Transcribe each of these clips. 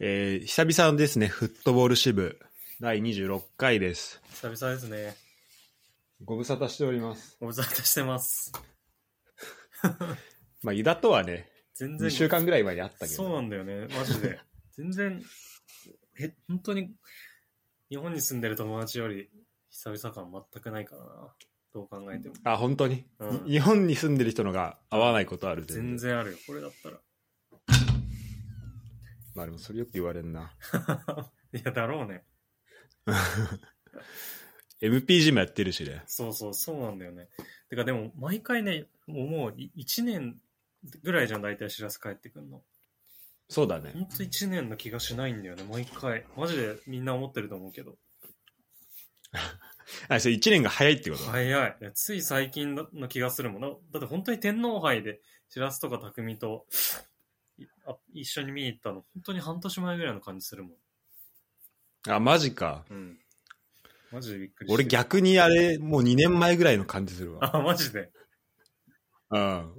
えー久々ですね、フットボール支部、第26回です。久々ですね。ご無沙汰しております。ご無沙汰してます。まあ、ユダとはね、全然。 2週間ぐらい前にあったけど、そうなんだよね、マジで。全然、え、本当に、日本に住んでる友達より、久々感全くないからな。どう考えても。あ、本当に、うんい日本に住んでる人のが合わないことある全。然あるよ、これだったまあ、でもそれよく言われんな。ら。いや、だろうね。 MPG もやってるしね。そうそう、そうなんだよね。てか、でも、毎回ね、もうもう1年ぐらいじゃん、大体知らせ帰ってくんの。そうだねほ。んと1年の気がしないんだよね、毎回。マジでみんな思ってると思うけど。あ、それ1年が早いってこと、早い。いやつい最近だの気がするもんな。だって本当に天皇杯で、白洲とか匠といあ一緒に見に行ったの、本当に半年前ぐらいの感じするもん。あ、マジか。うん。マジでびっくり俺して。逆にあれ、もう2年前ぐらいの感じするわ。あ、マジで。うん。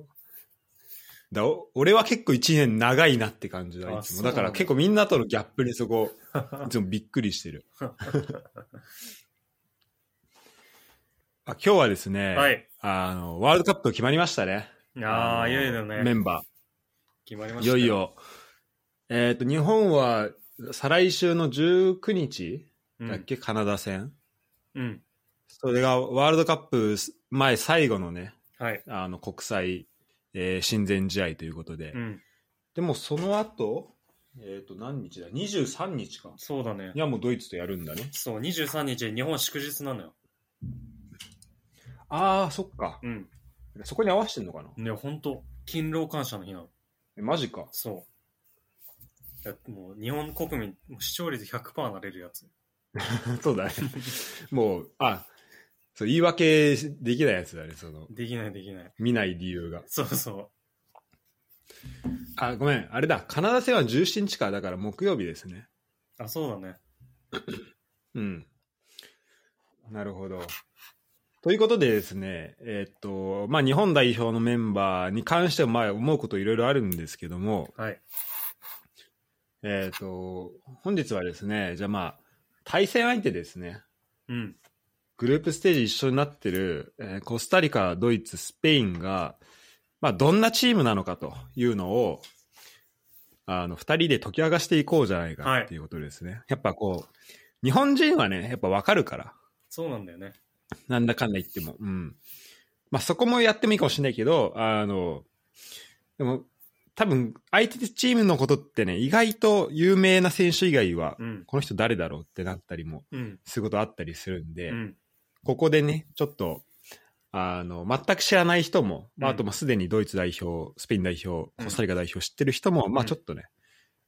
だお俺は結構1年長いなって感じだ、いあつそも。うなだんだから結構みんなとのギャップにそ こ、いつもびっくりしてる。あ今日はですね、はい。あの、ワールドカップ決まりましたね。あのあ、いよいよメね。ンバ決まりまー。しいよたい。よ。えっ、と、日本は、再来週の19日うだっん。け、カナダ戦。うん。それがワールドカップ前最後のね、はい。あの国際、えー親善試合ということで、うん。でもその後えっ、と何日だ23日かそうだねい。やもうドイツとやるんだねそう、23日、日本祝日なのよ。ああそっかうん。そこに合わせてんのかなね、本当勤労感謝の日なの。えマジかそう。だってもう日本国民、もう視聴率100%なれるやつ。 そうだねもうあそう言い訳できないやつだねそのできないできない。見ない理由がそうそあごめんあれだカナダ戦は17日かだから木曜日ですねう。あ、そうだね。うん。なるほど。ということでですね、えーっと、まあ、日本代表のメンバーに関しては、まあ、思うこといろいろあるんですけども、はい。えーっと、本日はですね、じゃあまあ、対戦相手ですね、うん。グループステージ一緒になってる、えーコスタリカ、ドイツ、スペインが、まあ、どんなチームなのかというのを、あの、二人で解き明かしていこうじゃないかっていうことですね。やっぱこう、日本人はね、やっぱわかるから、そうなんだよね。なんだかんだ言っても。うん。まあ、そこもやってもいいかもしれないけど、あの、でも、多分、相手チームのことってね、意外と有名な選手以外は、うん。この人誰だろうってなったりもうん。することあったりするんで、うん。ここでね、ちょっと、あの、全く知らない人も、まあ、うんあともうすでにドイツ代表、スペイン代表、うんコスタリカ代表知ってる人も、まあうんちょっとね、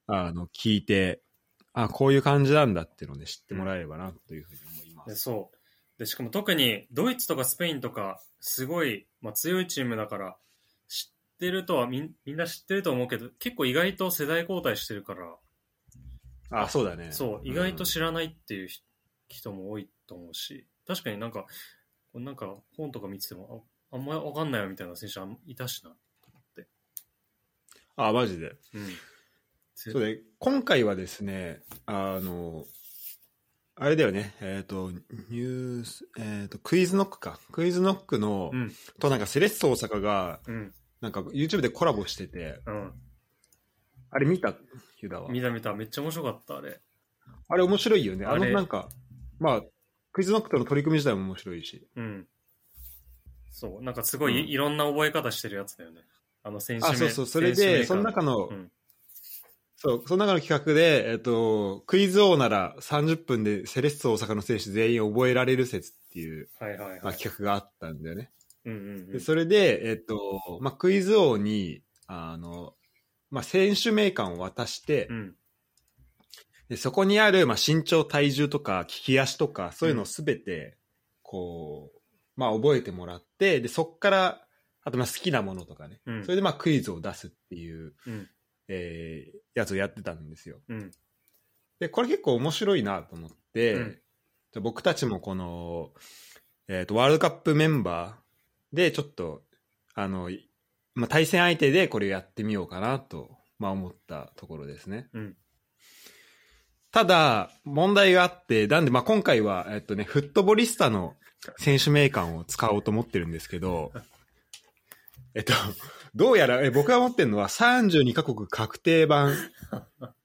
あの、聞いて、あ、こういう感じなんだっていうのをね、知ってもらえればな、というふうに思いま。ですそう。で、しかも特にドイツとかスペインとか、すごい、まあ、強いチームだから、知ってるとはみん、みんな知ってると思うけど、結構意外と世代交代してるから、あ、そうだね。そう、意外と知らないっていうひ人も多いと思うし、確かになんか、こうなんか本とか見てても、ああんまりわかんないよみたいな選手あんいたしな。あ、マジで。うん。そうで、今回はですね、あの、あれだよね、えっ、と、ニュース、えっ、と、クイズノックか。クイズノックの、うんとなんかセレッソ大阪が、うん。なんか YouTube でコラボしてて、うん。あれ見たユダは。見た見た、めっちゃ面白かった、あれ。あれ面白いよね。あのあれなんか、まあ、クイズノックとの取り組み自体も面白いし。うん。そう、なんかすごい、うんいろんな覚え方してるやつだよね。あの選手名あ、そうそう。それ選手名で、かその中の、うんそう、その中の企画で、えっ、と、クイズ王なら30分でセレッソ大阪の選手全員覚えられる説っていう、はいはいまはあ、い。企画があったんだよね。うんうんうでん。それで、えっとまあ、クイズ王にあの、まあ、選手名鑑を渡して、うん。でそこにある、まあ、身長体重とか利き足とかそういうのをすべてこう、まあ、覚えてもらってでそこからあとまあ好きなものとかね、うんそれでまあクイズを出すっていう、うんえーやつをやってたんですよ。うん。でこれ結構面白いなと思って、うんじゃあ僕たちもこの、えー、とワールドカップメンバーでちょっとあの、いまあ、対戦相手でこれやってみようかなと、まあ思ったところですね。うん。ただ、問題があって、なんで、まあ今回は、えっとね、フットボリスタの選手名鑑を使おうと思ってるんですけ ど、えっと、どうやら、え僕が持ってるのは32カ国確定版、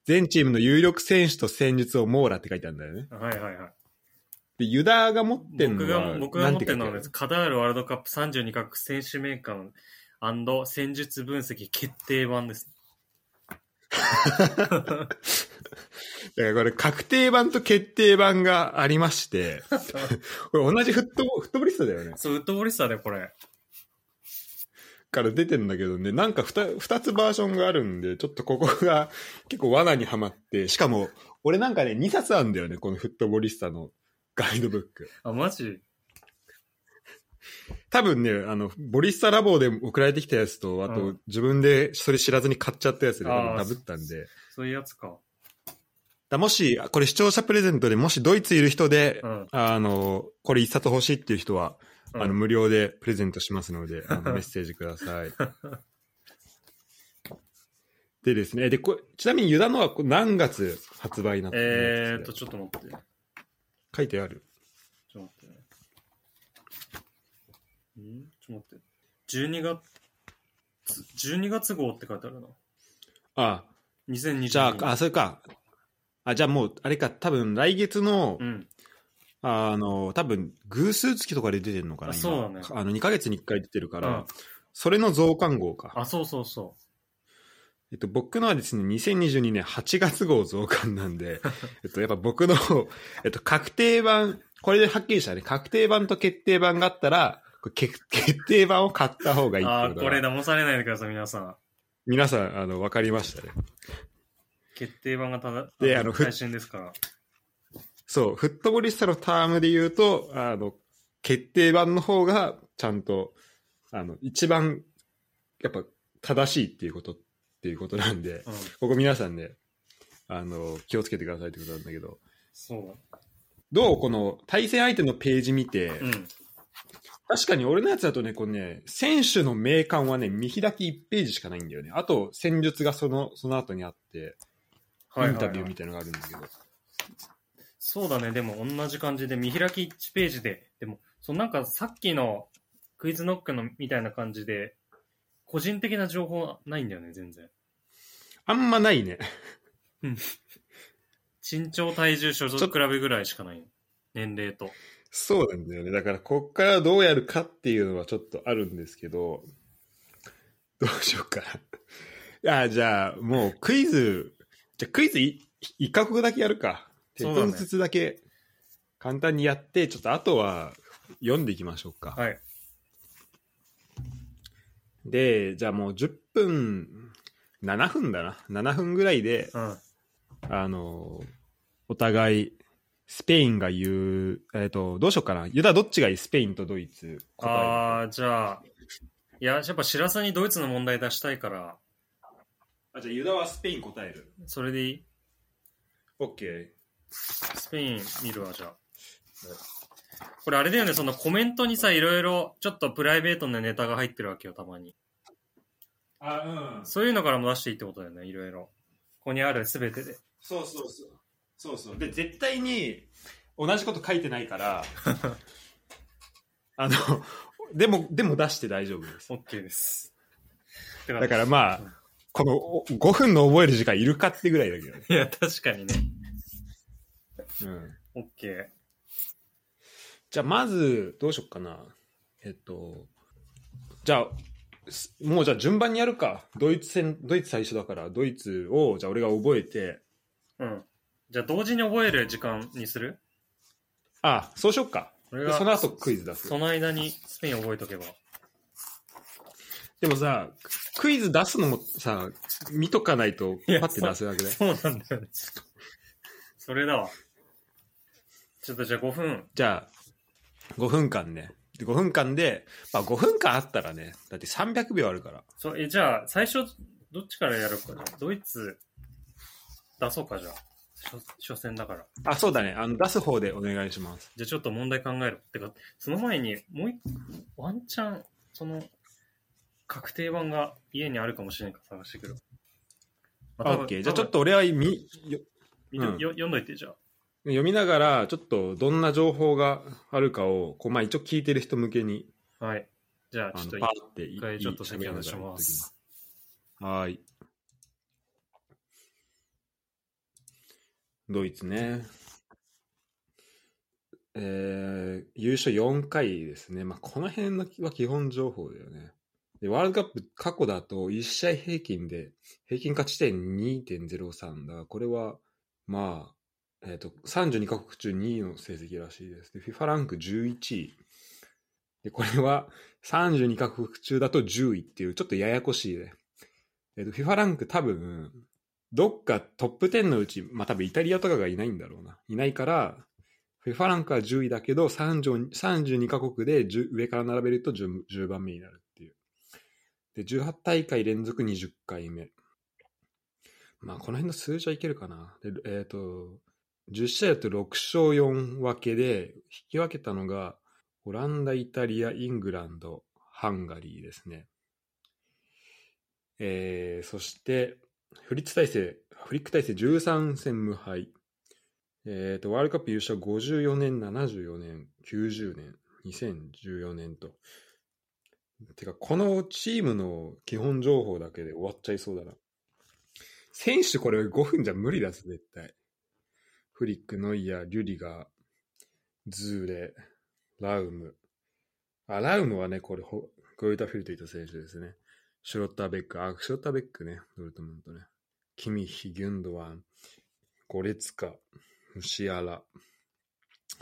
全チームの有力選手と戦術を網羅って書いてあるんだよね。はいはいはい。で、ユダが持ってる僕のは、が、僕が持ってるのはなんね書いあカタールワールドカップ32カ国選手名鑑戦術分析決定版 です。だからこれ確定版と決定版がありまして、 これ同じフットボ、フットボリスタだよね。そう、ウッドボリスターだよ、これ。から出てんだけどね、なんか 2, 二つバージョンがあるんで、ちょっとここが 結構罠にはまって、しかも、俺なんかね、2冊あるんだよね、このフットボリスタのガイドブック。あ、マジ多分ね、あの、ボリスタラボで送られてきたやつと、あうとん自分でそれ知らずに買っちゃったやつで多あ分ーダブったんで。そういうやつか。だもし、これ視聴者プレゼントで、もしドイツいる人で、うん。あの、これ1冊欲しいっていう人は、うんあの、無料でプレゼントしますので、あ のメッセージください。でですね、で、こちなみにユダのはこ何月発売になったのえーっと、ちょっと待って。ちょっ書いてある。と待ってね。んちょっと待って。12月、12月号って書いてあるな。あ2020年。じゃあ、あ、それか。あ、じゃあもう、あれか、多分来月の、うん。あの、多分偶数月とかで出てるのかな、あ今そうだねあの、2ヶ月に1回出てるから、うんそれの増刊号か。あ、そうそうそ。えっと、僕のはですね、2022年8月号増刊なんで、えっと、やっぱ僕の、えっと、確定版、これではっきりしたね、確定版と決定版があったら、これ決 決定版を買った方がいういってあこー、とこれだ。騙されないでください、皆さん。皆さん、あの、わかりましたね。決定版がただ、であのふ配信ですから。そう、フットボリスタのタームで言うと、あの、決定版の方が、ちゃんと、あの、一番、やっぱ、正しいっていうこと、っていうことなんで、うん。ここ皆さんね、あの、気をつけてくださいってことなんだけど、そうどうこの対戦相手のページ見て、だ。うん。確かに俺のやつだとね、これね、選手の名鑑はね、見開き1ページしかないんだよね。あと、戦術がその、その後にあって、イはいはいはいンタビューみたいなのがあるんだけど。そうだね、でも同じ感じで、見開き1ページで、でも、そのなんかさっきのクイズノックのみたいな感じで、個人的な情報ないんだよね、全然。あんまないね。 身長、体重、所属比べぐらいしかない。年齢と。そうなんだよね。だから、こっからどうやるかっていうのはちょっとあるんですけど、どうしようかな。 あ、じゃあ、もうクイズ、じゃあクイズい一カ国だけやるか。そうだね1ずつだけ簡単にやって、ちょっとあとは読んでいきましょうか。はい。で、じゃあもう10分、7分だな。7分ぐらいで、うん。あの、お互い、スペインが言う、えっ、と、どうしようかな。ユダどっちがいいスペインとドイツ答えあー、じゃあ、いや、やっぱ知らずにドイツの問題出したいから、あ。じゃあユダはスペイン答える。それでいい OK。スペイン見るわ、じゃあ。これあれだよね、そのコメントにさ、いろいろ、ちょっとプライベートなネタが入ってるわけよ、たまに。あ、うん。そういうのからも出していいってことだよね、いろいろ。ここにあるすべてで。そうそうそう。そうそう。で、絶対に同じこと書いてない から、あの、でも、でも出して大丈夫です。 OK です。だかだからまあ、このお5分の覚える時間いるかってぐらいだけどね。いや、確かにね。うん。 OK。じゃあまずどうしよっかなえっとじゃあすもうじゃあ順番にやるかドイツ戦ドイツ最初だからドイツをじゃあ俺が覚えてうん。じゃあ、同時に覚える時間にするあそうしよっか俺でがその後クイズ出すその間にスペイン覚えとけば。でもさクイズ出すのもさ見とかないといやパッて出せなくねそうなんだよね。それだわ。ちょっとじゃあ5分。じゃあ5分間ねで5分間で、まあ、5分間あったらねだって300秒あるからそうえじゃあ、最初、どっちからやるかじゃあドイツ、出そうか、じゃあ。初初戦だから。あそうだねあの出す方でお願いしますじゃあちょっと問題考える。ってか、その前に、もう一、ワンチャン、その、確定版が家にあるかもしれんから探してくる。あ、オッケー。じゃあちょっと俺はみよ見とうんよ読んどいて、じゃあ。読みながら、ちょっとどんな情報があるかを、こう、まあ一応聞いてる人向けに、はい。じゃあ、あちょっの、とパーって一一回ちょっと先話します。。はーい。ドイツね。えー、優勝4回ですね。まあ、この辺のは基本情報だよね。で、ワールドカップ過去だと1試合平均で、平均勝ち点2.03だから、これは、まあ、えっ、と、32カ国中2位の成績らしいです。で、FIFA ランク11位。で、これは、32カ国中だと10位っていう、ちょっとややこしいね。えっ、と、FIFA ランク多分、どっかトップ10のうち、まあ、多分イタリアとかがいないんだろうな。いないから、FIFA ランクは10位だけど、30 32カ国で10上から並べると 10, 10番目になるっていう。で、18大会連続20回目。まあ、この辺の数字はいけるかな。でえっ、と、10試合だと6勝4分けで、引き分けたのが、オランダ、イタリア、イングランド、ハンガリーですね。えー、そして、フリッツ体制、フリック体制13戦無敗。えーと、ワールドカップ優勝54年、74年、90年、2014年と。てか、このチームの基本情報だけで終わっちゃいそうだな。選手これ5分じゃ無理だぜ、絶対。フリック、ノイヤー、リュリガー、ズーレ、ラウム。あ、ラウムはね、これ、ほゴイタフィルトいた選手ですね。シュロッターベック、あ、シュロッターベックね、ドルトムントね。キミッヒ、ギュンドワン、ゴレツカ、ムシアラ、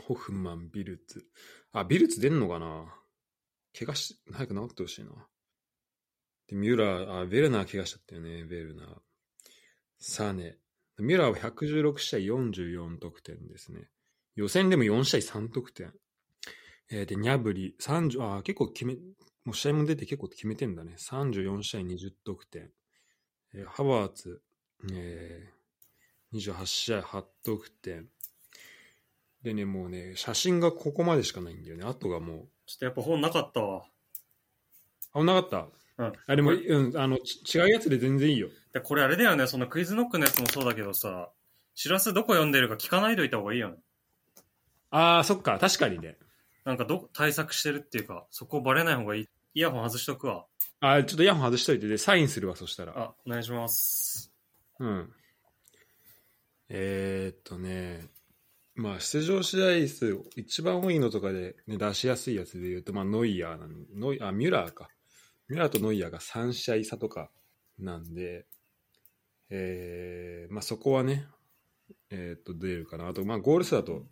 ホフマン、ビルツ。あ、ビルツ出んのかな怪我し、早く治ってほしいな。で、ミュラー、あ、ベルナー怪我しちゃったよね、ベルナー。サネ。ミュラーは116試合44得点ですね。予選でも4試合3得点。えーで、ニャブリ、30、あー、結構決め、もう試合も出て結構決めてんだね。34試合20得点。えーハバーツ、えー、28試合8得点。でね、もうね、写真がここまでしかないんだよね。あとがもう、ちょっとやっぱ本なかったわ。あ、なかった。うんあ、でも、うん、あの、ち違うやつで全然いいよ。で、これあれだよね、そのクイズノックのやつもそうだけどさ、知らせどこ読んでるか聞かないといた方がいいよね。あー、そっか、確かにね。なんかど、対策してるっていうか、そこバレない方がいい。イヤホン外しとくわ。あー、ちょっとイヤホン外しといて、で、サインするわ、そしたら。あ、お願いします。うん。えーっとね、まあ出場試合数、一番多いのとかで、ね、出しやすいやつで言うと、まあノイヤーなんノイあ、ミュラーか。ミュラーとノイヤーが3試合差とかなんで、えーまあそこはね、えーっと出るかな。あと、まあゴール数だと、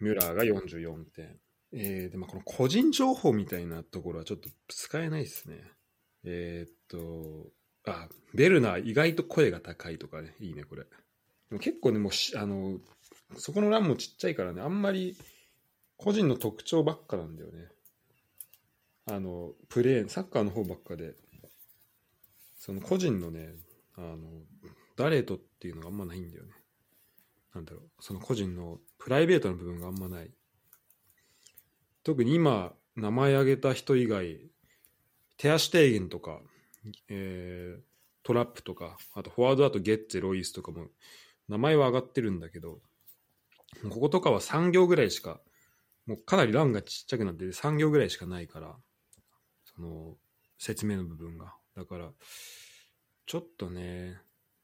ミュラーが44点。えーで、まあこの個人情報みたいなところはちょっと使えないですね。えーっと、あ、ベルナー意外と声が高いとかね、いいね、これ。でも結構ね、もうし、あの、そこの欄もちっちゃいからね、あんまり個人の特徴ばっかなんだよね。あの、プレーン、サッカーの方ばっかで、その個人のね、あの、誰とっていうのがあんまないんだよね。なんだろう、その個人のプライベートの部分があんまない。特に今、名前挙げた人以外、手足提言とか、えートラップとか、あとフォワードだとゲッツェ、ロイスとかも、名前は上がってるんだけど、こことかは3行ぐらいしか、もうかなり欄がちっちゃくなってて、3行ぐらいしかないから、その、説明の部分が。だから、ちょっとね、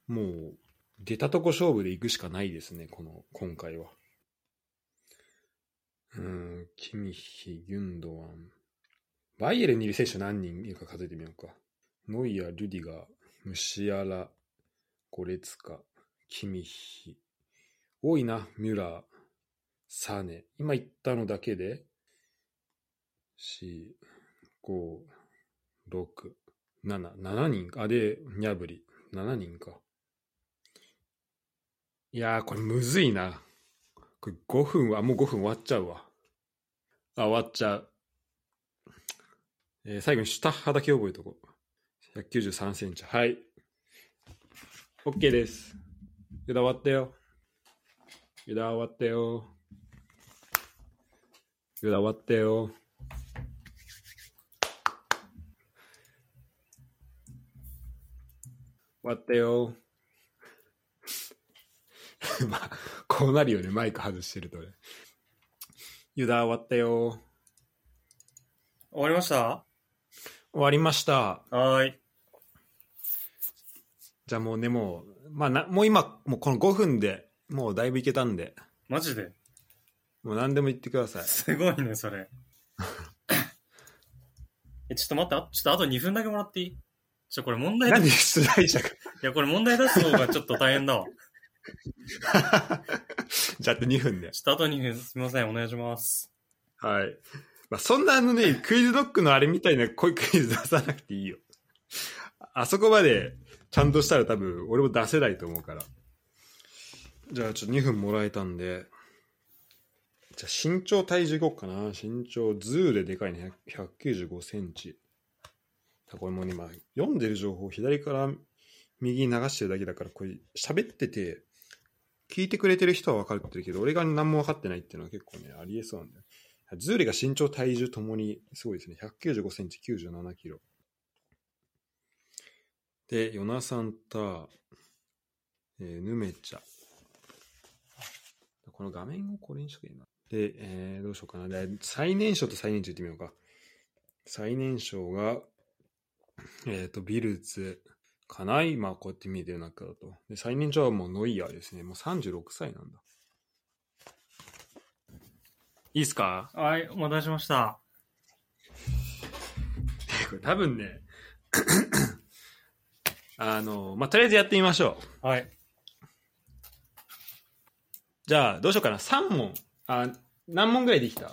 もう、出たとこ勝負で行くしかないですね、この、今回は。うーん、キミッヒ、ギュンドワン。バイエルンにいる選手何人いるか数えてみようか。ノイア、リュディガー、ムシアラ、ゴレツカ、キミッヒ。多いな、ミュラー、サネ。今言ったのだけで、4、5、6、7、7人か。あ、で、ニャブリ、7人か。いやー、これむずいな。これ5分は、もう5分終わっちゃうわ。あ、終わっちゃう。えー最後にシュタッハだけ覚えとこう。193センチ。はい。OK です。枝終わったよ。枝終わったよ。枝終わったよ。終わったよ。 まあ、こうなるよね、マイク外してるとね。ユダ終わったよ。終わりました終わりました。はーい。じゃあもうね、もう、まあな、もう今、もうこの5分でもうだいぶいけたんで、マジでもう何でも言ってください。すごいね、それ。え、ちょっと待ってあ、ちょっとあと2分だけもらっていいちょ、これ問題だ。何いで出題者か。や、これ問題出す方がちょっと大変だわ。 じゃああと2分で。ちょっとあと2分、すみません、お願いします。はい。まあ、そんなあのね、クイズドッグのあれみたいな濃いクイズ出さなくていいよ。あそこまでちゃんとしたら多分俺も出せないと思うから。じゃあちょっと2分もらえたんで。じゃあ身長体重いこうかな。身長、ズーででかいね。100 195センチ。これもね、今読んでる情報を左から右に流してるだけだから、これ喋ってて、聞いてくれてる人は分かってるけど、俺が何も分かってないっていうのは結構ね、ありえそうなんだよねズーリが身長、体重ともにすごいですね。195センチ、97キロ。で、ヨナサンター、えーヌメチャ。この画面をこれにしとけばいいな。で、えーどうしようかな。で最年少と最年中言ってみようか。最年少が、えっ、と、ビルツ、かな今こうやって見えてる中だと。で、最年長はもうノイヤーですね。もう36歳なんだ。いいっすかはい、お待たせしました。これ多分ね、 あの、まあ、とりあえずやってみましょう。はい。じゃあ、どうしようかな。3問。あ、何問ぐらいできた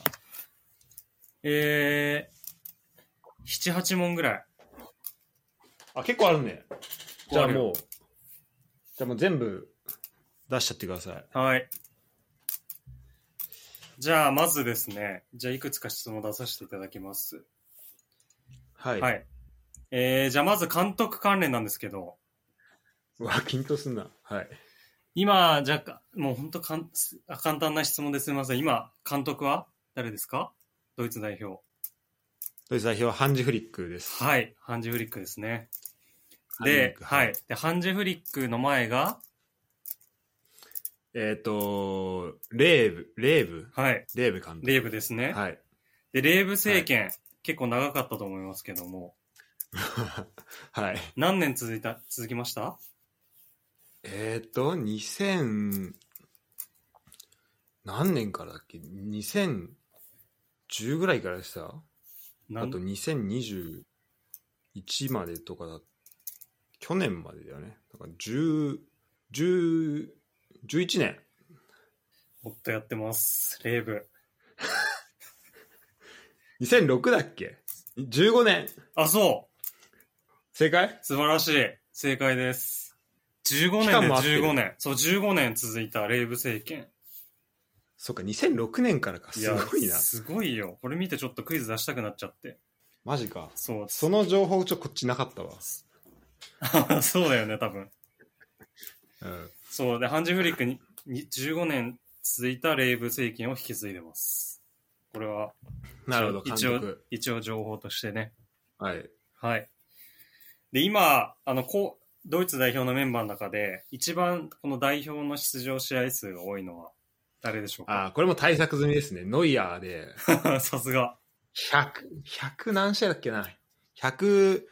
えー、7、8問ぐらい。あ、結構あるね。じゃあ終わもう、じゃあもう全部出しちゃってください。はい。じゃあ、まずですね、じゃあ、いくつか質問出させていただきます。はい。はい。えー、じゃあ、まず監督関連なんですけど、うわ、緊張すんな。はい。今、じゃあ、もう本当かんあ簡単な質問ですみません。今、監督は誰ですかドイツ代表。ドイツ代表はハンジフリックです。はい、ハンジフリックですね。ハンジフリッで、クはい。で、ハンジフリックの前が、えっ、と、レーブ、レーブ、はい、レーブ監督。レーブですね。はい。 で、レーブ政権、結構長かったと思いますけども、はい。何年続いた、続きましたえっ、と、2000、何年からだっけ ?2010 ぐらいからでしたなあんと2021までとかだ、去年までだよね。だから10、10 11年。もっとやってます。レーブ。 2006だっけ ?15 年。あ、そう正解素晴らしい正解です。15期年間でも合ってる15年。そう、15年続いたレーブ政権。そっか、2006年からか。いすやごいな。すごいよ。これ見てちょっとクイズ出したくなっちゃって。マジか。そう。 その情報ちょ、こっちなかったわ。そうだよね、多分。うん。そう。で、ハンジフリックにに15年続いたレーブ政権を引き継いでます。これは、なるほど、監一応督。、一応情報としてね。はい。はい。で、今、あの、こう、ドイツ代表のメンバーの中で、一番この代表の出場試合数が多いのは誰でしょうあかあ、これも対策済みですね。ノイヤーで、 さすが。 100、100何試合だっけな ?140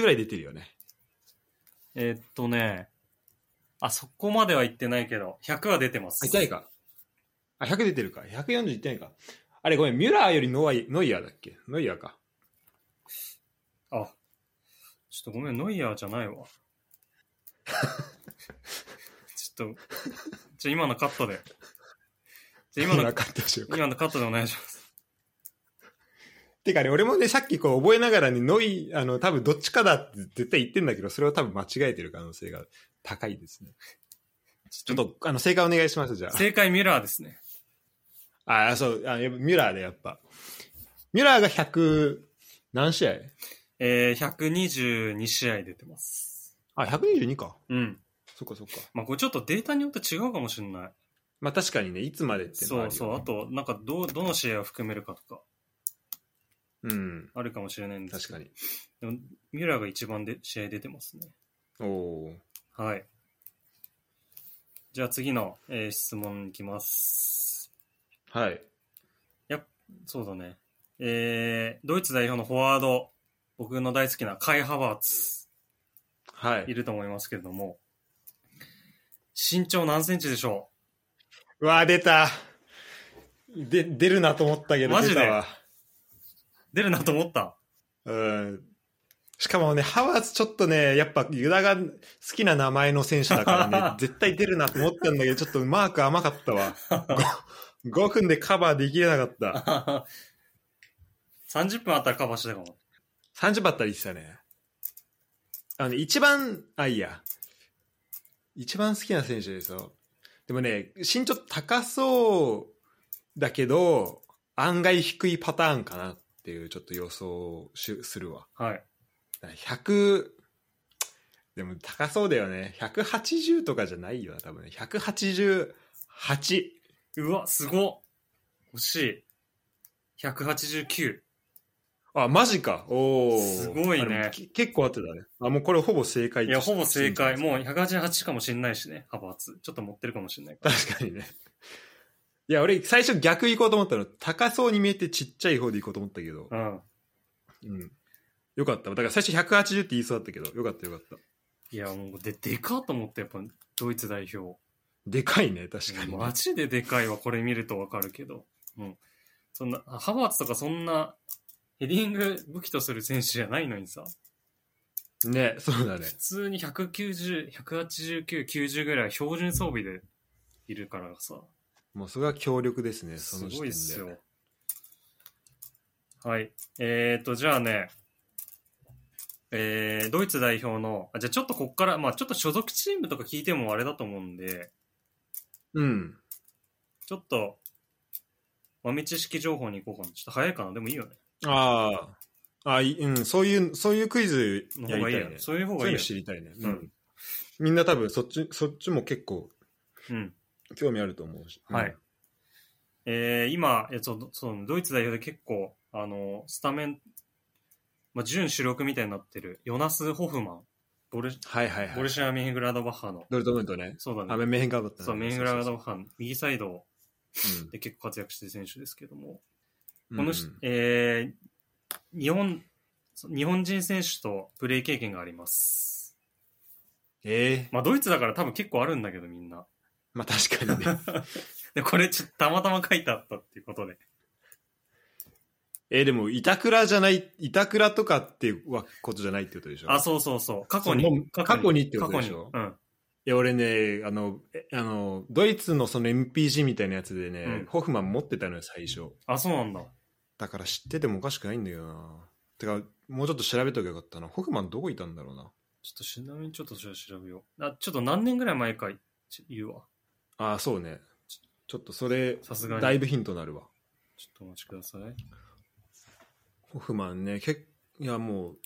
ぐらい出てるよね。えーっとね、あ、そこまでは言ってないけど、100は出てます。あ、痛いか。あ、100出てるか。140いってないか。あれ、ごめん、ミュラーよりノワイノイヤーだっけノイヤーか。あ、ちょっとごめん、ノイヤーじ ゃないわ。ちょっと、じゃあ今のカットで。じゃあ 今の、かったでしょ。今のカットでお願いします。てかね、俺もね、さっきこう覚えながらね、ノイ、あの、多分どっちかだって絶対言ってんだけど、それを多分間違えてる可能性が高いですね。ちょっと、あの、正解お願いします、じゃ正解ミュラーですね。あ。あ、そう、あやっぱミュラーでやっぱ。ミュラーが100、何試合えー、122試合出てます。あ、122か。うん。そっかそっか。まあこれちょっとデータによって違うかもしれない。まあ確かにね、いつまでっていのそはあうるよそう。あと、なんかどう、どの試合を含めるかとか、うん、あるかもしれないんです確けかに。ど、でもミュラーが一番で試合出てますね。おー。はい。じゃあ次の、えー質問いきます。はい。そうだね。えー、ドイツ代表のフォワード、僕の大好きなカイ・ハバーツ、はいい。ると思いますけれども、身長何センチでしょうわ、出た。で、出るなと思ったけど、マジで出たわ。う出るなと思った。 うん。しかもね、ハワーツちょっとね、やっぱユダが好きな名前の選手だからね、絶対出るなと思ったんだけど、ちょっとマーク甘かったわ。5分でカバーできれなかった。 30分あったらカバーしてたかも。 30バッターでしたね。あのね、一番、あ、いいや。一番好きな選手ですよ。でもね、身長高そうだけど、案外低いパターンかなっていうちょっと予想をしするわ。はい。 100、でも高そうだよね。180とかじゃないよな、多分ね。188。うわ、すごっ欲しい。189。あ、マジか。おーすごいねあでもけ結構合ってたね。あ、もうこれほぼ正解いや、ほぼ正解。もうう。 188かもしんないしね、ハバーツ。ちょっと持ってるかもしんないから。確かにね。いや、俺最初逆行こうと思ったの。高そうに見えてちっちゃい方で行こうと思ったけど。うん。うん。よかった。だから最初180って言いそうだったけど、よかったよかった。いや、もう、で、でかっと思って、やっぱ、ドイツ代表。でかいね、確かに。マジででかいわ、これ見るとわかるけど。うん。そんな、ハバーツとかそんな、ヘディング武器とする選手じゃないのにさ、ね、そうだね普。通に190、189、90ぐらい標準装備でいるからさ、もうそれは強力ですね、そすの時ご点いで。っすよ。はい。えーと、じゃあね、えー、ドイツ代表の、あじゃあちょっとこっから、まあちょっと所属チームとか聞いてもあれだと思うんで、うん。ちょっと、豆知識情報に行こうかな。ちょっと早いかな。でもいいよね。ああ。あいうん、そういう、そういうクイズのや方りたがいいいねよ。ね。そういう方そがういいいうよの知りたいね。うん。うんみんな多分、そっち、そっちも結構うん。興味あると思うし。はいえー今、えっと、そうドイツ代表で結構、あの、スタメン、まあ、準主力みたいになってる、ヨナス・ホフマン、ボルはいはいはいボル。シア・メンヘングラードバッハの、ドルトムントね。そうだあ、ね。メンヘンガーだったねそう、メンヘングラードそうバッハの右サイドそうで結構活躍してる選手ですけども、うんこのし、うんえー日本、そう日本人選手とプレー経験があります。ええ。まあ、ドイツだから多分結構あるんだけど、みんな。まあ確かに ね。 で、これちょっとたまたま書いてあったっていうことで。えー、でも、板倉じゃない、板倉とかっていうわことじゃないってことでしょあ、そうそうそう。過去そにの。過去にってことでしょ過去にうん。いや、俺ね、あの、えあの、ドイツのその MPG みたいなやつでね、うんホフマン持ってたのよ、最初。あ、そうなんだ。だから知っててもおかしくないんだよな。てか、もうちょっと調べとけばよかったな。ホフマンどこいたんだろうな。ちょっとちなみにちょっとそれ調べよう。あ、ちょっと何年ぐらい前かち言うわ。ああ、そうね。ちちょっとそれ、さすがにだいぶヒントになるわ。ちょっとお待ちください。ホフマンね、けっいや、もう、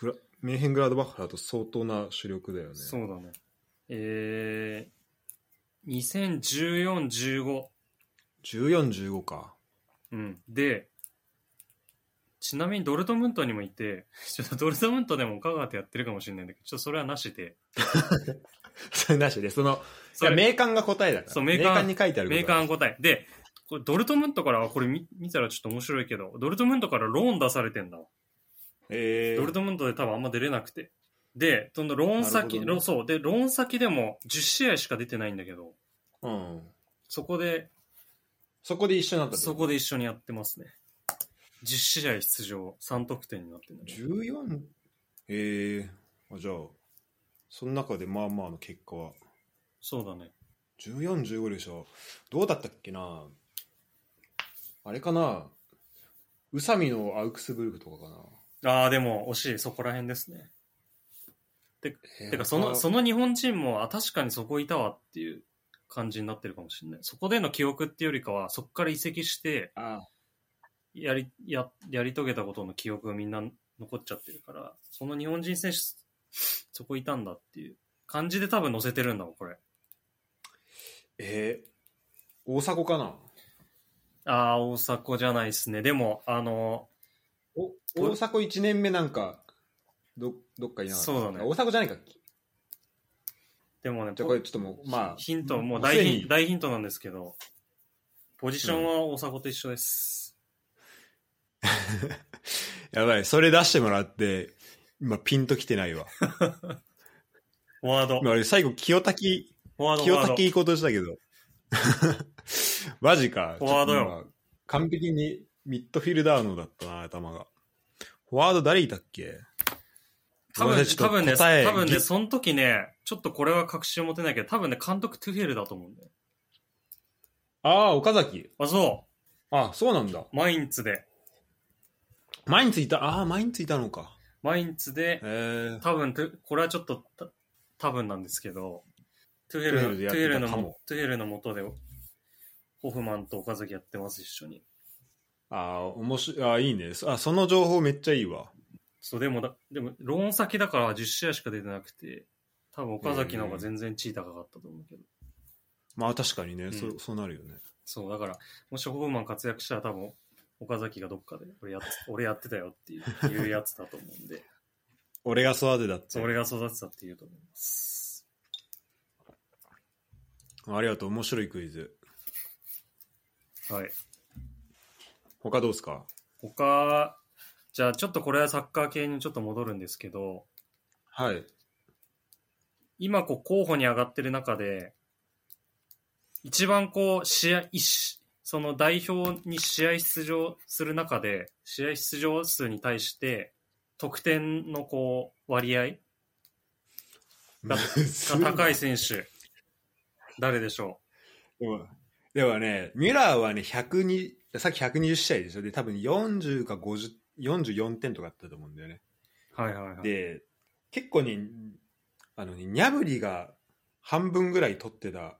グラメンヘングラードバッハだと相当な主力だよね。そうだね。えー、2014、15。 14、15か。 うん。で、ちなみにドルトムントにもいて、 ちょっとドルトムントでも香川ってやってるかもしれないんだけど、ちょっとそれはなしで。それなしで、その、いそや、れ名鑑が答えだから。そう名鑑に書いてあるメーことカーだの答え。で、これドルトムントからは、これ見見たらちょっと面白いけど、ドルトムントからローン出されてんだわ。えードルトムントで多分あんま出れなくて。で、そのローン先、なるほどねロそう、で、ローン先でも10試合しか出てないんだけど、うん。そこで、そこで一緒になったそこで。で一緒にやってますね。10試合出場、3得点になってるんだね 14? ええあじゃあ、その中でまあまあの結果は。そうだね。 14、15でしょ。どうだったっけなあれかな宇佐美のアウクスブルクとかかな、ああ、でも惜しい、そこら辺ですね。えーてか、その、他その日本人も、あ、確かにそこいたわっていう感じになってるかもしれない。そこでの記憶っていうよりかは、そこから移籍して、あやり、や、やり遂げたことの記憶がみんな残っちゃってるから、その日本人選手、そこいたんだっていう感じで多分載せてるんだもん、これ。えー、大迫かなああ、大迫じゃないですね。でも、あの、お大迫1年目なんか、どどっかいなかったそうだね大迫じゃないか。でもね、じゃあこれちょっともう、まあ、ヒント、もうす大でヒにン大ヒントなんですけど、ポジションは大迫と一緒です。やばい、それ出してもらって、今ピンときてないわ。フォワード。フ今あれ最後、清滝、ォワード、フォ清ワード滝。行こうとしたけど。 マジか。フォワードよちょっと今。完璧にミッドフィルダーのだったな、頭が。フォワード誰いたっけ多ごめんなさ分、いちょ多っと分ね、答え多分ね、ぎその時ね、ちょっとこれは確信を持てないけど、多分ね、監督トゥフェルだと思うんだよ。ああ、岡崎。あ、そあ、そうなんだ。う。マインツで。前についた、ああ、前についたのか。マインツで、へえ。多分トゥこれはちょっとた多分なんですけどトゥヘルトゥヘルでやトっゥヘてルたのかももトゥヘルの元でホフマンと岡崎やってます一緒にああ、面白い。ああ、いいね。そあその情報めっちゃいいわ。そうでもだでもローン先だから10試合しか出てなくて多分岡崎の方が全然地位高かったと思うけど、まあ確かにね、んそうそうなるよね。そうだからもしホフマン活躍したら多分岡崎がどっかで俺やっ俺やってたよっていういうやつだと思う んで俺が育てだっそてう。俺が育てたっていうと思いますありがとう、面白いクイズ。はい他どうですか他じゃあちょっとこれはサッカー系にちょっと戻るんですけど はい。今こう候補に上がってる中で一番こう試合一しその代表に試合出場する中で試合出場数に対して得点のこう割合がが高い選手誰でしょでも、でもね、ミュラーはね、102、さっき120試合でしょ。で、多分40か50、44点とかあったと思うんだよね。うはいはいはいで、結構ね、あのね、ニャブリが半分ぐらい取ってた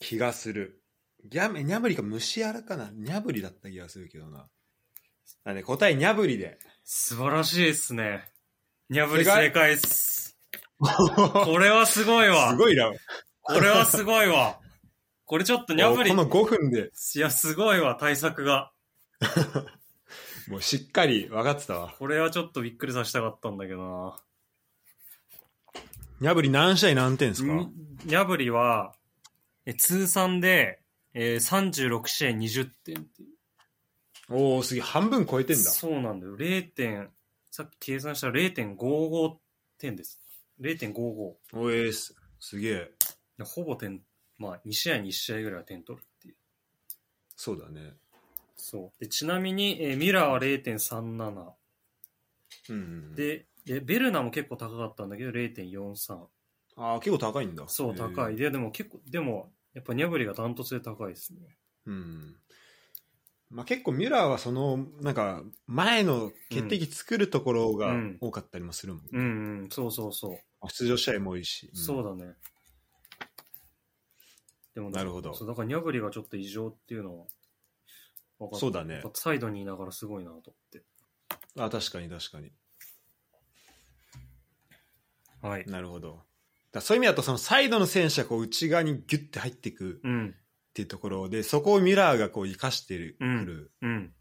気がする。ギャメ、ニャブリか虫やらかなニャブリだった気がするけどな。あね、答えニャブリで。素晴らしいですねニャブリ正解っ すすこれはすごいわごいな。これはすごいわこれちょっとニャブリこの5分で、いやすごいわ対策がもうしっかり分かってたわ。これはちょっとびっくりさせたかったんだけどな。ニャブリ何試合何点ですかんニャブリは、え通算で、えー、36試合20点っていおおすげえ、半分超えてう。んだ。そうなんだよ。0点、さっき計算したら0.55点です。0.55。いおえーす、すげえ。やほぼ点、まあ2試合に1試合ぐらいは点取るっていう。そうだね。そう。でちなみに、えーミラーは0.37。うんうんうん、で、でベルナも結構高かったんだけど、0.43。ああ、結構高いんだ。そう、高い。へえ。いや、でも結構、でも、やっぱニャブリがダントツで高いですね。うん。まあ、結構ミュラーはその、なんか、前の決定機作るところがうん多かったりもするもん。うんうん、そうそうそう。出場試合も多いし。そうだ。だね。でもなるほどそうだからニャブリがちょっと異常っていうのは分かったそうだね。サイドにいながらすごいなと思って。あ確かに確かに。はい。なるほど。だそういう意味だと、そのサイドの選手がこう内側にギュッて入っていくっうん、ていうところで、そこをミュラーがこう生かしてる、うくんる、うん。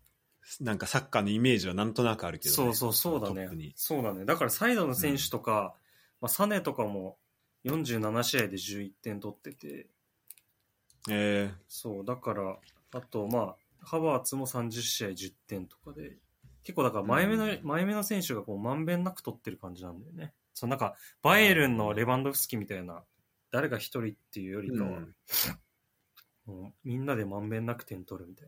なんかサッカーのイメージはなんとなくあるけど、そうそう、そうだトップねに。そうだね。だからサイドの選手とか、まあ、サネとかも47試合で11点取ってて、えそう、だから、あと、まあ、ハバーツも30試合10点とかで、結構だから前目の、うん前目の選手がこうまんべんなく取ってる感じなんだよね。そのなんか、バイエルンのレバンドフスキみたいな、誰が一人っていうよりーかうは、んもうみんなでまんべんなく点取るみたい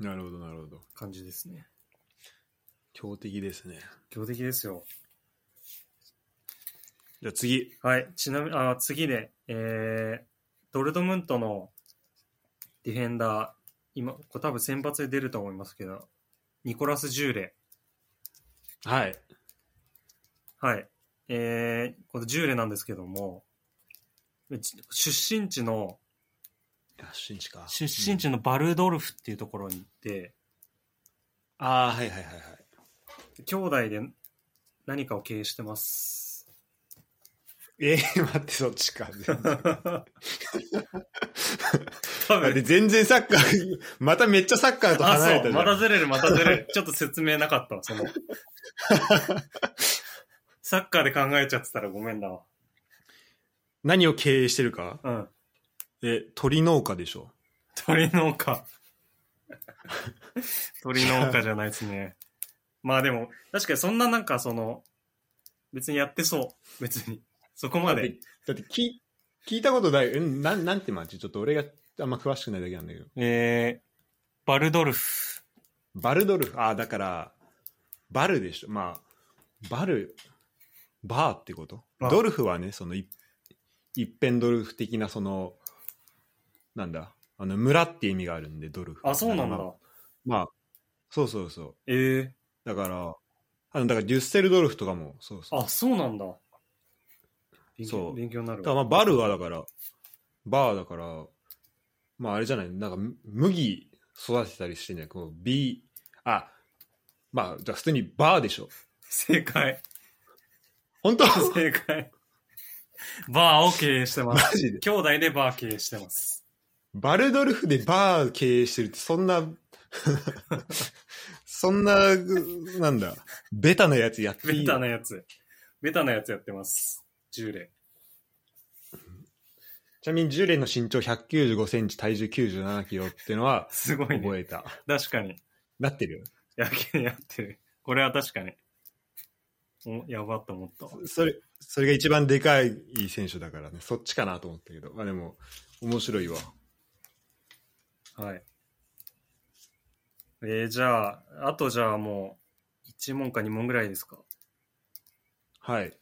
ななるほど、なるほど。感じですね。強敵ですね。強敵ですよ。じゃあ次。はい、ちなみに、あ、次で、えー、ドルトムントのディフェンダー、今、これ多分先発で出ると思いますけど、ニコラス・ジューレ。はい。はい。えー、これジューレなんですけども、うち出身地の、出身地か。出身地のバルドルフっていうところに行って、うんああ、はいはいはいはい。兄弟で何かを経営してます。えー、待って、そっち か。全然多あれ分、全然サッカー、まためっちゃサッカーとあ、離れそたう、じゃまん。たずれる、またずれる。ちょっと説明なかったわ、そ の。サッカーで考えちゃってたらごめんだわ。何を経営してるかうん。え、鳥農家でしょ。鳥農家。鳥農家じゃないですね。まあでも、確かにそんななんかその、別にやってそう。別に。そこまだっでて。だって聞い聞いたことない。うんなんなんて町ちょっと俺があんま詳しくないだけなんだけど。えー、バルドルフ。バルドルフ、ああ、だから、バルでしょ。まあ、バル、バーってことバードルフはね、そのい、一辺ドルフ的な、その、なんだ、あの、村って意味があるんで、ドルフ。あ、そうなんだま。あ、まあそうそうそう。えー、だから、あの、だから、デュッセルドルフとかも、そうそう。あ、そうなんだ。勉強そう勉強になるだからわ。まあ、バルはだから、バーだから、まああれじゃない、なんかむ麦育てたりしてね、こう、ビー、あ、まあ、じゃあ普通にバーでしょ。正解。本当正解。バーを経営してます。マジで。兄弟でバー経営してます。バルドルフでバー経営してるって、そん な、そんな、なんだ、ベタなやつやっていいベのタなやつ。ベタなやつやってます。10例。ちなみにジュレの身長195センチ、体重97キロってのはすごいね。覚えた。確かに。なってるやけに合ってる。これは確かに。お、やばって思った。それ、それが一番でかい選手だからね、そっちかなと思ったけど、まあでも、面白いわ。はい。えー、じゃあ、あとじゃあもう、1問か2問ぐらいですか。はい。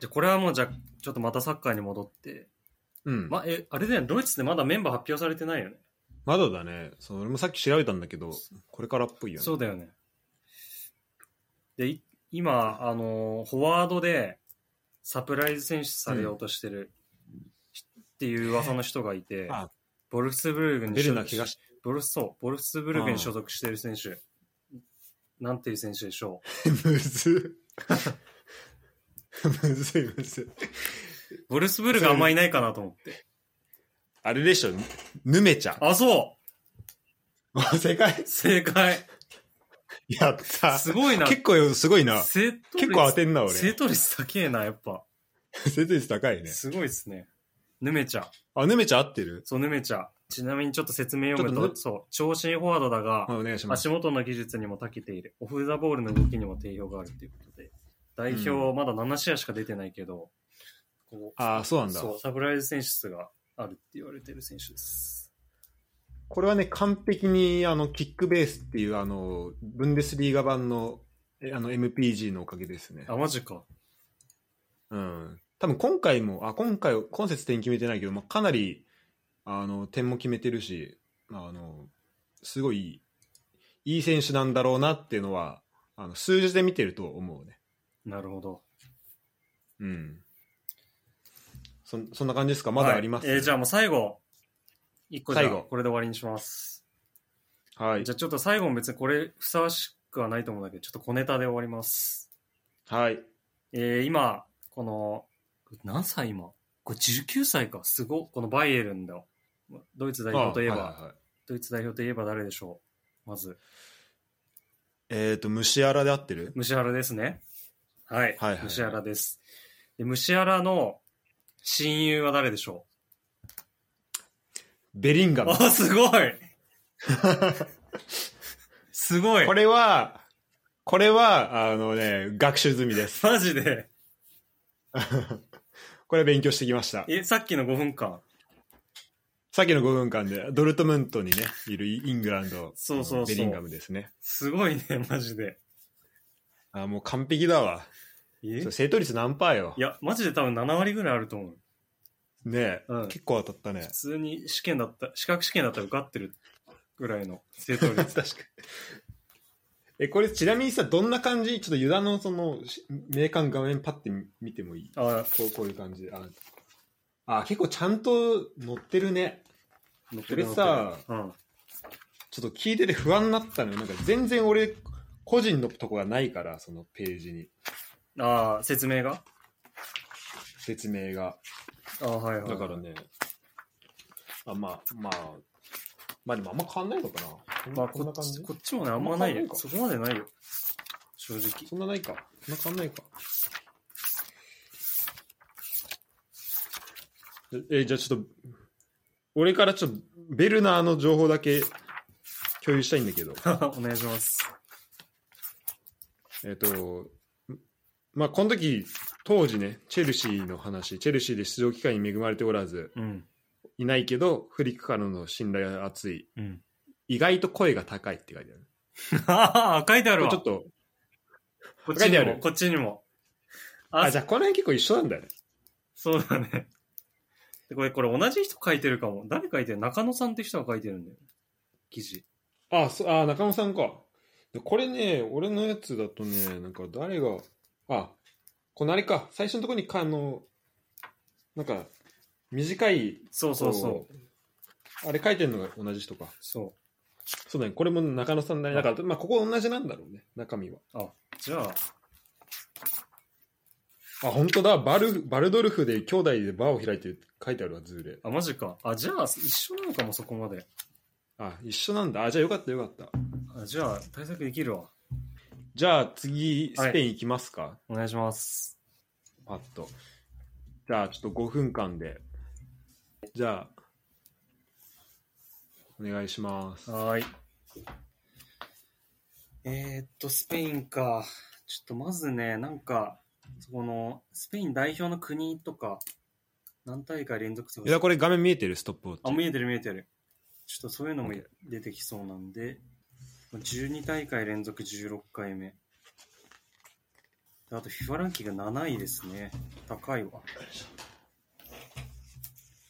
じゃあこれはもうじゃあ、ちょっとまたサッカーに戻って。うん。まま、え、あれだよね、ドイツってまだメンバー発表されてないよね。だだね、そう俺もさっき調べたんだけど、これからっぽいよね。そうだよね。で、い今、あのーフォワードでサプライズ選出されようとしてる、っていう噂の人がいてあ、ボルフスブルーグにベルナ怪我しボルフそう、ボルフスブルグに所属している選手、なんていう選手でしょむず っむずいむずい。う。ボルフスブルグあんまいないかなと思って。あれでしょ、ヌメちゃん。あ、そ世界う正解やった。すごいな。結構すごいな。正答率結構当てんな、俺。正正答率高えな、やっぱ。答率高いね。すごいですね。ヌメちゃん。あ、ヌメちゃん合ってるそう、ヌメちゃん。ちなみにちょっと説明読むちょっと、とぬそう、長身フォワードだがあ、お願いします。足元の技術にも長けている。オフ・ザ・ボールの動きにも定評があるということで、代表うまだ7試合しか出てないけど、こうあーそうなんだそう、サプライズ選出があるって言われてる選手です。これはね、完璧に、あの、キックベースっていう、あの、ブンデスリーガ版の、えあの、MPG のおかげですねあ、。マジか。うん。多分今回も、あ、今回、今節点決めてないけど、まあ、かなり、あの、点も決めてるし、あの、すごいいい、いい選手なんだろうなっていうのは、あの、数字で見てると思うね。なるほど。うん。そんそんな感じですかまだあります、はいえーじゃあもう最後、一個じゃあ最後これで終わりにします。はいじゃ。あちょっと最後も別にこれふさわしくはないと思うんだけど、ちょっと小ネタで終わります。はい。えー今、この、何歳今これ19歳か。すごっ。このバイエルンだよ。ドイツ代表といえば、あはいはいはいドイツ代表といえば誰でしょうまず、えっ、と、虫荒で合ってるムシアラですね。はい。はいはいはいムシアラです。でムシアラの親友は誰でしょベリンガうム。あ、すごいすごいこれは、これは、あのね、学習済みです。 マジで。これ勉強してきました。え、さっきの5分間。さっきの5分間で、ドルトムントにね、いるイングランド、そうそうそうベリンガムですね。すごいね、マジで。あもう完璧だわ。えそう正答率何パーよい。や、マジで多分7割ぐらいあると思う。ねえ、うん結構当たったね普。通に試験だった、資格試験だったら受かってるぐらいの正答 確率。かに。え、これちなみにさ、どんな感じちょっとユダのその、し名鑑画面パッて見てもいいあこうこういう感じ。ああ、結構ちゃんと載ってるね。乗っこれさ、うん。ちょっと聞いてて不安になったのよ。なんか全然俺、個人のとこがないから、そのページに。ああ、説明が説明が。ああ、はいはい。だからね、あまあ、まあ、まあでもあんま変わんないのかな。まあこんこなっ感ち、じこっちもね、あんまないこんねな。感じそこまでないよ。正直。 そんなないか。そんな変わんないか。え、じゃあちょっと、俺からちょっと、ベルナーの情報だけ共有したいんだけど、お願いします。えっ、と、まあ、この時、当時ね、チェルシーの話、チェルシーで出場機会に恵まれておらず、うん。いないけど、フリックからの信頼が厚い、うん。意外と声が高いって書いてある。ああ、書いてこあるれわ。ちょっと、こ書っちいてにあも、るこっちにも。ああ、じゃあこの辺結構一緒なんだね。そうだね。でこれ、これ同じ人書いてるかも。誰書いてる中野さんって人が書いてるんだよ。記事。あ、そあ中野さんか。でこれね、俺のやつだとね、なんか誰が、あ、このあれか、最初のところにか、あの、なんか、短い、そうそうそう。こう。あれ書いてるのが同じ人か。そそうだね、これも中野さんだね。だから、まあ、ここ同じなんだろうね、中身は。う。じゃあ、あ、本当だ、バル、バルドルフで兄弟でバーを開いてるって書いてあるわ、ズーレ。あ、マジか。あ、じゃあ、一緒なのかも、そこまで。あ、一緒なんだ。あ、じゃあよかったよかった。あじゃあ、対策できるわ。じゃあ次、スペイン行きますか、お願いします。パッと。じゃあ、ちょっと5分間で。じゃあ、お願いします。はーい。えー、っと、スペインか。ちょっとまずね、なんか、そこの、スペイン代表の国とか、何大会連続とかいや、これ画面見えてる、ストップウォッあ、チ。見えてる見えてる。ちょっとそういうのも出てきそうなんで、12大会連続16回目。あと、FIFA ランキング7位ですね。高いわ。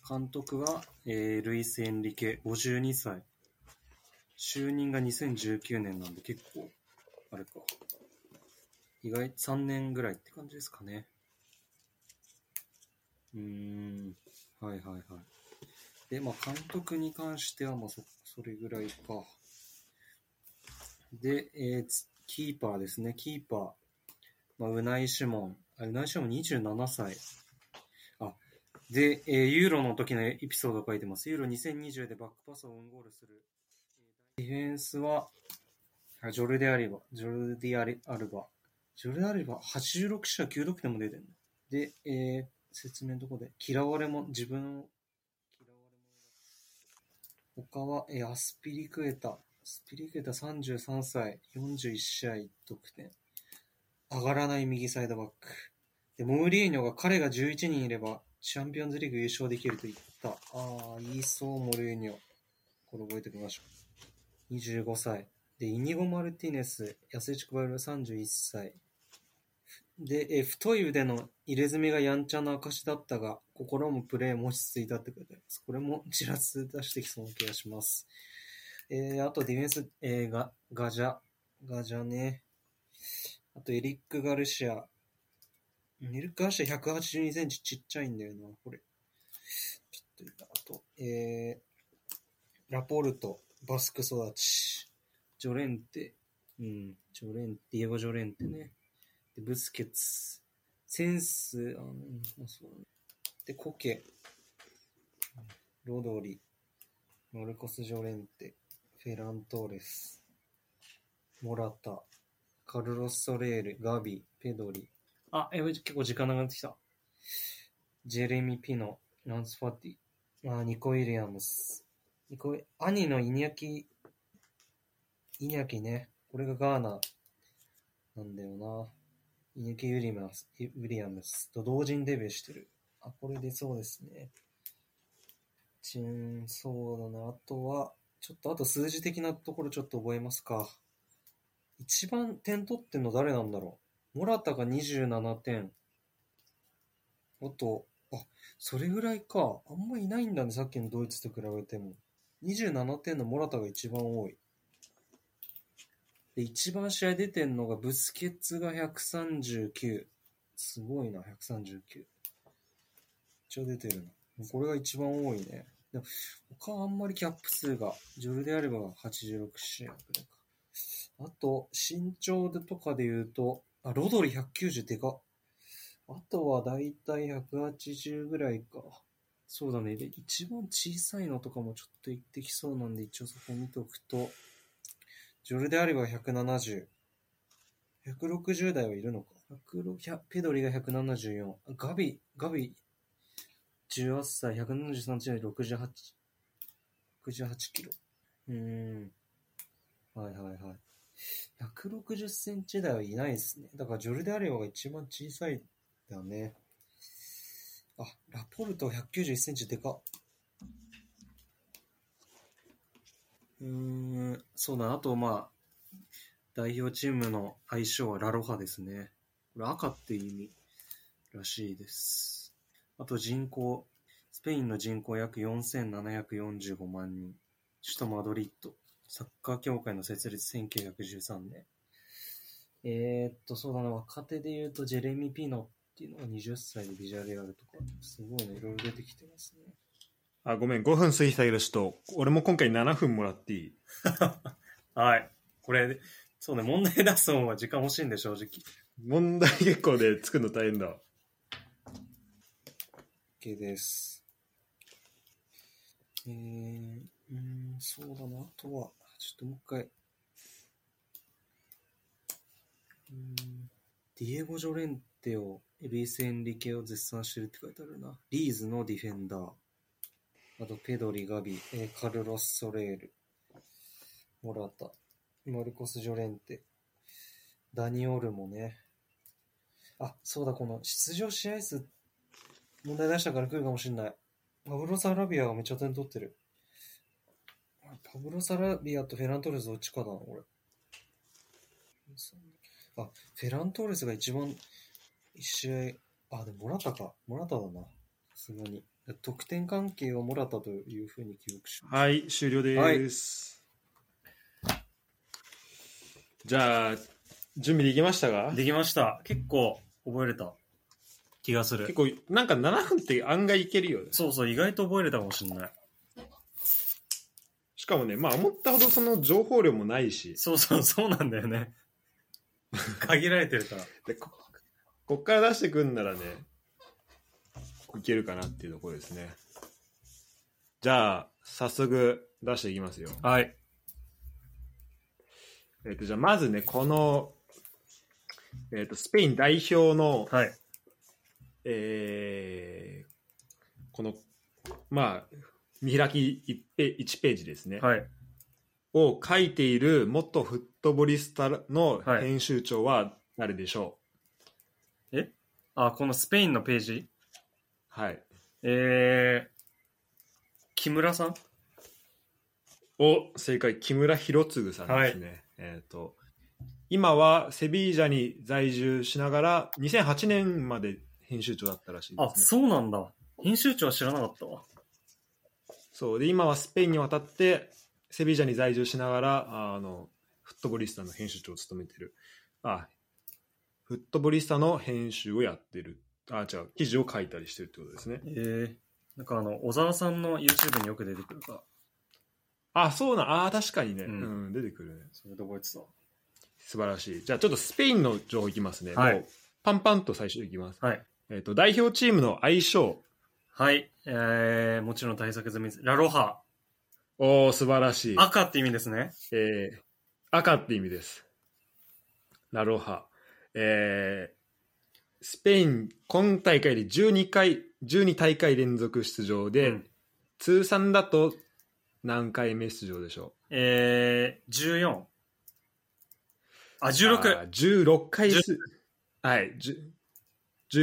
監督は、えールイス・エンリケ、52歳。就任が2019年なんで結構、あれか。意外、3年ぐらいって感じですかね。うーん。はいはいはい。で、まあ、監督に関しては、まあそ、それぐらいか。で、えーつキーパーですね、キーパー。まあ、うないしもん。あ、うないしもん27歳。あ、で、えーユーロの時のエピソードを書いてます。ユーロ2020でバックパスをオウンゴールする。えーディフェンスは、あジョルディアリバ、ジョルディアリアルバ。ジョルディアリバ、86試合9得点も出てるの。で、えー説明のとこで、嫌われも自分を嫌われ者だ他は、えーアスピリクエタ。アスピリクエタ33歳、41試合得点。上がらない右サイドバック。で、モウリーニョが彼が11人いれば、チャンピオンズリーグ優勝できると言った。ああ、言いそう、モルーニョ。これ覚えておきましょう。25歳。で、イニゴ・マルティネス、ヤセチクバル31歳。で、えー太い腕の入れ墨がやんちゃな証だったが、心もプレーも落ち着いたって書いてあります。これもちらつ出してきそうな気がします。えーあとディフェンス、えーガガジャ、ガジャね。あとエリック・ガルシア。エリック・ガルシア182センチちっちゃいんだよな、これ。ちょっと、あと、えーラポルト、バスク育ち、ジョレンテ、うん、ジョレンテ、ディエゴ・ジョレンテね。で、ブスケツ。センス、あの、うんそうだねで、コケ。ロドリ。マルコス・ジョレンテ。フェラントーレス。モラタ。カルロス・ソレール。ガビ。ペドリ。あ、え、結構時間なくなってきた。ジェレミ・ピノ。ランス・ファティ。あ、ニコ・ウィリアムス。ニコイ、兄のイニャキ。イニャキね。これがガーナ。なんだよな。イニキ・ウィリアムス、ウィリアムスと同時にデビューしてる。あ、これでそうですね。ちん、そうだな。あとは、ちょっと、あと数字的なところちょっと覚えますか。一番点取ってんの誰なんだろう。モラタが27点。あと、あ、それぐらいか。あんまいないんだね。さっきのドイツと比べても。27点のモラタが一番多い。で、一番試合出てんのがブスケッツが139。すごいな、139。一応出てるな。これが一番多いね。でも、他はあんまりキャップ数が、ジョルであれば86試合くらいか。あと、身長でとかで言うと、あ、ロドリ190でかっ。あとはだいたい180ぐらいか。そうだね。で、一番小さいのとかもちょっと言ってきそうなんで、一応そこ見とくと、ジョルであれば170。160台はいるのか。106 100ペドリが174。ガビ、ガビ、 18歳、173チームで68、68キロ。うーん。はいはいはい。160センチ台はいないですね。だからジョルデアレオが一番小さいだね。あ、ラポルト191センチでかっ。うーん、そうだ、あとまあ、代表チームの相性はラロハですね。これ赤っていう意味らしいです。あと人口、スペインの人口約4745万人。首都マドリッド。サッカー協会の設立1913年。えー、っと、そうだな、若手で言うとジェレミー・ピノっていうのが20歳でビジュアルやるとか、すごいね、いろいろ出てきてますね。あ、ごめん、5分過ぎたけど、ちょっと、俺も今回7分もらっていいはい。これ、そうね、問題出す方は時間欲しいんで、正直。問題結構で作るの大変だわ。 OK です。えー、うーん、そうだな。あとは、ちょっともう一回。うーんディエゴ・ジョレンテを、エビス・エンリケを絶賛してるって書いてあるな。リーズのディフェンダー。あと、ペドリ、ガビ、えーカルロス・ソレール、モラタ、マルコス・ジョレンテ、ダニ・オルもね。あ、そうだ、この出場試合数って問題出したから来るかもしんない。パブロ・サラビアがめっちゃ点取ってる。パブロ・サラビアとフェラントレスどっちかだな、俺。あ、フェラントレスが一番、一試合、あ、でもモラタか。モラタだな。さすがに。得点関係をモラタというふうに記憶します。はい、終了です。じゃあ、準備できましたかできました。結構覚えれた気がす結る。構、なんか7分って案外いけるよね。そうそう、意外と覚えれたかもしんない。しかもね、まあ思ったほどその情報量もないし、そうそう、そうなんだよね。限られてるから。でここっから出してくんならね、いけるかなっていうところですね。じゃあ、早速出していきますよ。はい。えっ、と、じゃあまずね、この、えっ、と、スペイン代表の、はい。えーこの、まあ、見開き1ペ ,1 ページですね、はい。を書いている元フットボリスタのはい編集長は誰でしょあ、このスペインのページうはい。えー、木村さんお、正解、木村博次さんですね。えっ、と、今はセビージャに在住しながら、2008年まで編集長だったらしいあで、すね。そうなんだ。編集長は知らなかったわ。そうで今はスペインに渡ってセビージャに在住しながらああのフットボリスタの編集長を務めてるあフットボリスタの編集をやってるあ違う記事を書いたりしてるってことですねえー、なんかあの、小沢さんの YouTube によく出てくるから、あそうなんあ確かにね、ううんん出てくるねそれで覚えてた。素晴らしいじゃあちょっとスペインの情報いきますね、はいもうパンパンと最初いきます、はい。えっと代表チームの相性はい。えー、もちろん対策済みです。ラロハ。おお素晴らしい赤って意味ですね。えー赤って意味です。ラロハ。えースペイン、今大会で12回、12大会連続出場で、うん通算だと何回目出場でしょえー、14。あ、う16。あー ?16 回す、はい、じゅ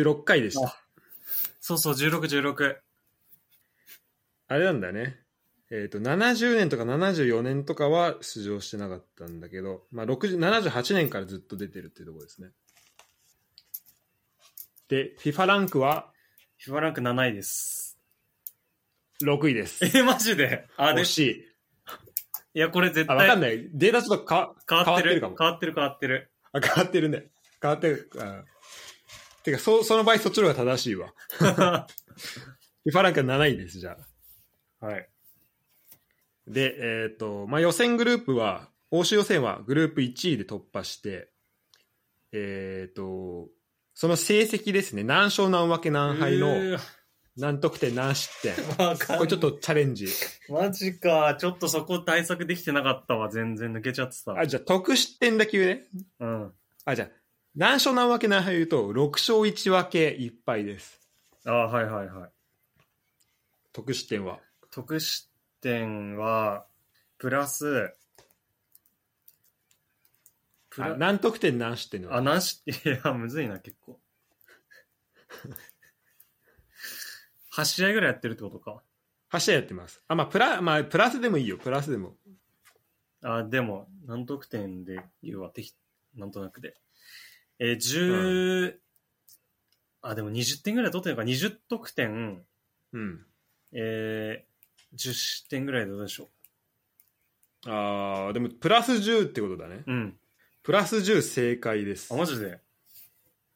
16回でした。そうそう、16、16。あれなんだね。えっ、と、70年とか74年とかは出場してなかったんだけど、まあ、60 78年からずっと出てるっていうところですね。で、FIFA ランクは FIFA ランク7位です。 6位でえす。ー、マジであ、で惜、しい。いや、これ絶あ、わかん対ない。データちょっとか変わ変わっってる。てるかも変わってる、変わってる。あ変わってるね。変わってる。あてかそ、その場合そっちの方が正しいわ。は FIFA ランク7位です、じゃあ。い。で、えっ、と、まあ、予選グループは、欧州予選はグループ1位で突破して、えっ、と、その成績ですね、何勝何分け何敗のうー何得点何失 点。わかんこれちょっとチャレンジ。マジか。ちょっとそこ対策できてなかったわ。全然抜けちゃってた。あ、じゃあ得失点だけ言うね。うん。あ、じゃあ、何勝何分け何敗言うと、6勝1分け1敗です。あはいはいはい。得失点は。得失点は、プラス、プあラ何得点何失点なのあ、なし、 いや、むずいな、結構。8試合ぐらいやってるってことか。 8試合やってます。あ、まあ、プラ、まあ、プラスでもいいよ。プラスでも。あ、でも、何得点で言うわ、適なんとなくで。えー、10、あ、でも20点ぐらい取ってるのか、20得点、うん。えー、10失点ぐらいでどうでしょあーでも、プラス10ってことだね。う。うん。プラス10正解ですあ、。マジで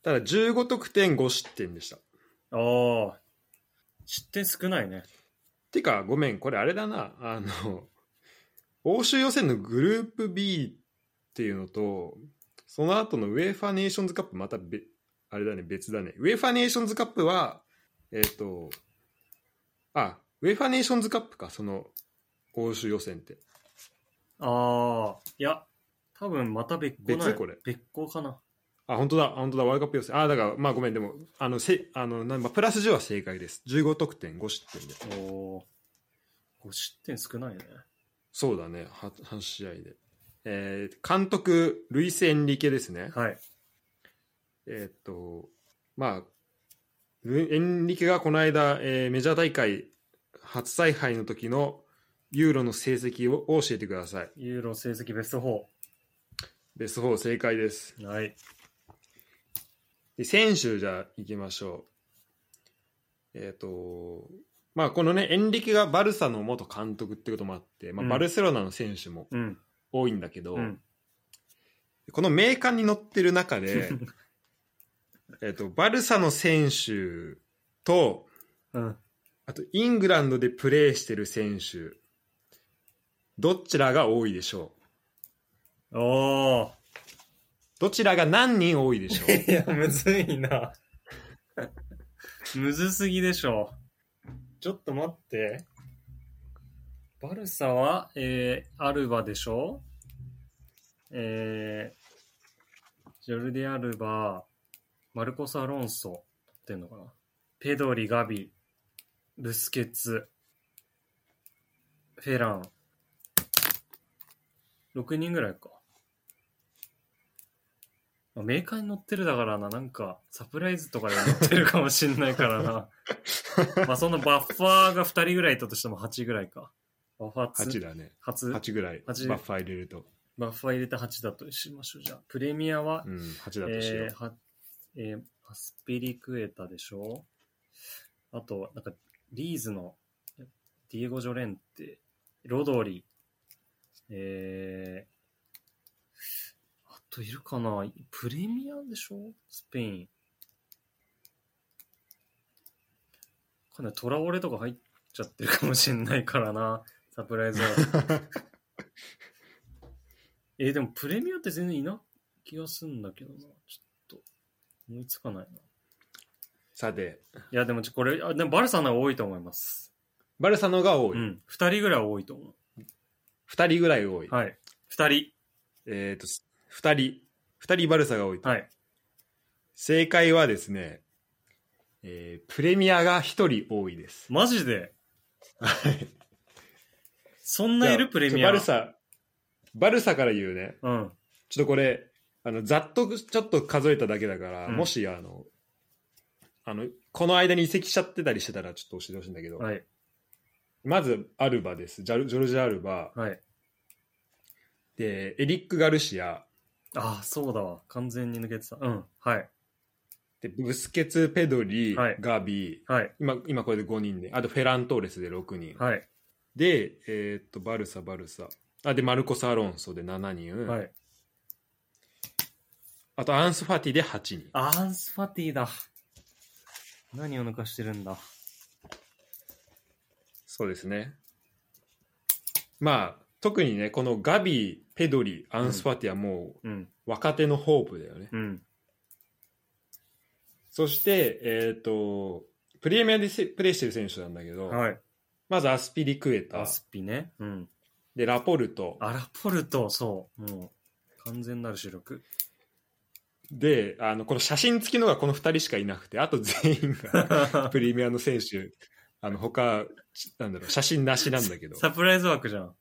ただ、15得点5失点でした。ああ、失点少ないね。てか、ごめん、これあれだな。あの、欧州予選のグループ B っていうのと、その後のウェーファーネーションズカップ、またべ、あれだね、別だね。ウェーファーネーションズカップは、えっ、と、あ、ウェーファーネーションズカップか、その、欧州予選って。ああ、いや、多分また別個ない。別これ別個かな。あ、本当だ、本当だ、ワールドカップ予選。あ、だから、まあごめん、でも、あの、せあのなんまあプラス10は正解です。15得点、5失点で。おおー、5失点少ないね。そうだね、は8試合で。えー監督、ルイス・エンリケですね。はい。えーっと、まあ、ルエンリケがこの間、えーメジャー大会初采配の時のユーロの成績をを教えてください。ユーロ成績ベストベスト4正解です。 4。はい。で選手じゃあ行きましょう。えっ、と、まあこのね、エンリケがバルサの元監督ってこともあって、まうあ、んバルセロナの選手もうん。多いんだけど、うん。この名鑑に載ってる中 で、えっと、バルサの選手と、うん。あとイングランドでプレーしてる選手、どちらが多いでしょうおー。どちらが何人多いでしょ ういや、むずいな。 むずすぎでしょ。ちょっと待って。バルサは、えー、アルバでしょえー、ジョルディ・アルバ、マルコス・アロンソってんのかなペドリ、ガビ、ブスケツ、フェラン。6人ぐらいか。まあメーカーに乗ってるだからな、なんか、サプライズとかで乗ってるかもしんないからな。まあ、そのバッファーが2人ぐらいいたとしても8ぐらいか。バッファー ?8 つだね。初8ぐらい。バ八ッファ入れると。バッファー入れて8だとしましょう、じゃあ。プレミアはう、ん、8だとしよう。えーはえーアスピリクエタでしょあと、なんか、リーズのディエゴ・ジョレンテ、ロドリ、えー、あといるかなプレミアでしょスペイン。かなりトラオレとか入っちゃってるかもしれないからな、サ プライズは。えーでもプレミアって全然いな気がすんだけどな。ちょっと、思いつかないな。さて、いや、でもちょこれ、あでもバルサの方が多いと思います。バルサの方が多うい。ん。二人ぐらいは多いと思2人ぐらい多い。う。はい。二人。えっ、と、2人、二人バルサが多いと。はい。正解はですね、えープレミアが1人多いです。マジではいそんないるプレミア。バル。サ、バルサから言うね。うん。ちょっとこれ、あの、ざっとちょっと数えただけだから、うんもし、あの、あの、この間に移籍しちゃってたりしてたらちょっと教えてほしいんだけど、はい。まず、アルバです。ジャルジョルジアルバ。はい。で、エリック・ガルシア。ああ、そうだわ。完全に抜けてた。うん。はい。で、ブスケツ・ペドリ、はいガビ。はい。今、今これで5人で。あと、フェラントーレスで6人。はい。で、えーっと、バルサ、バルサ。あ、で、マルコス・アロンソで7人。はい。あと、アンス・ファティで8人。アーンスファティだ。何を抜かしてるんだ。そうですね。まあ、特にね、このガビ、ペドリ、アンスファティはもうん。う若手のホープだよね。うん。そして、えっ、と、プレミアでせプレーしてる選手なんだけど、はい。まずアスピリクエタア、スピね。うん。で、ラポルト、アラポルト、そう。もう、完全なる主力。で、あの、この写真付きのがこの2人しかいなくて、あと全員がプレミアの選手あの、他、ちなんだろう、写真なしなん だけど。ササプライズ枠じゃん。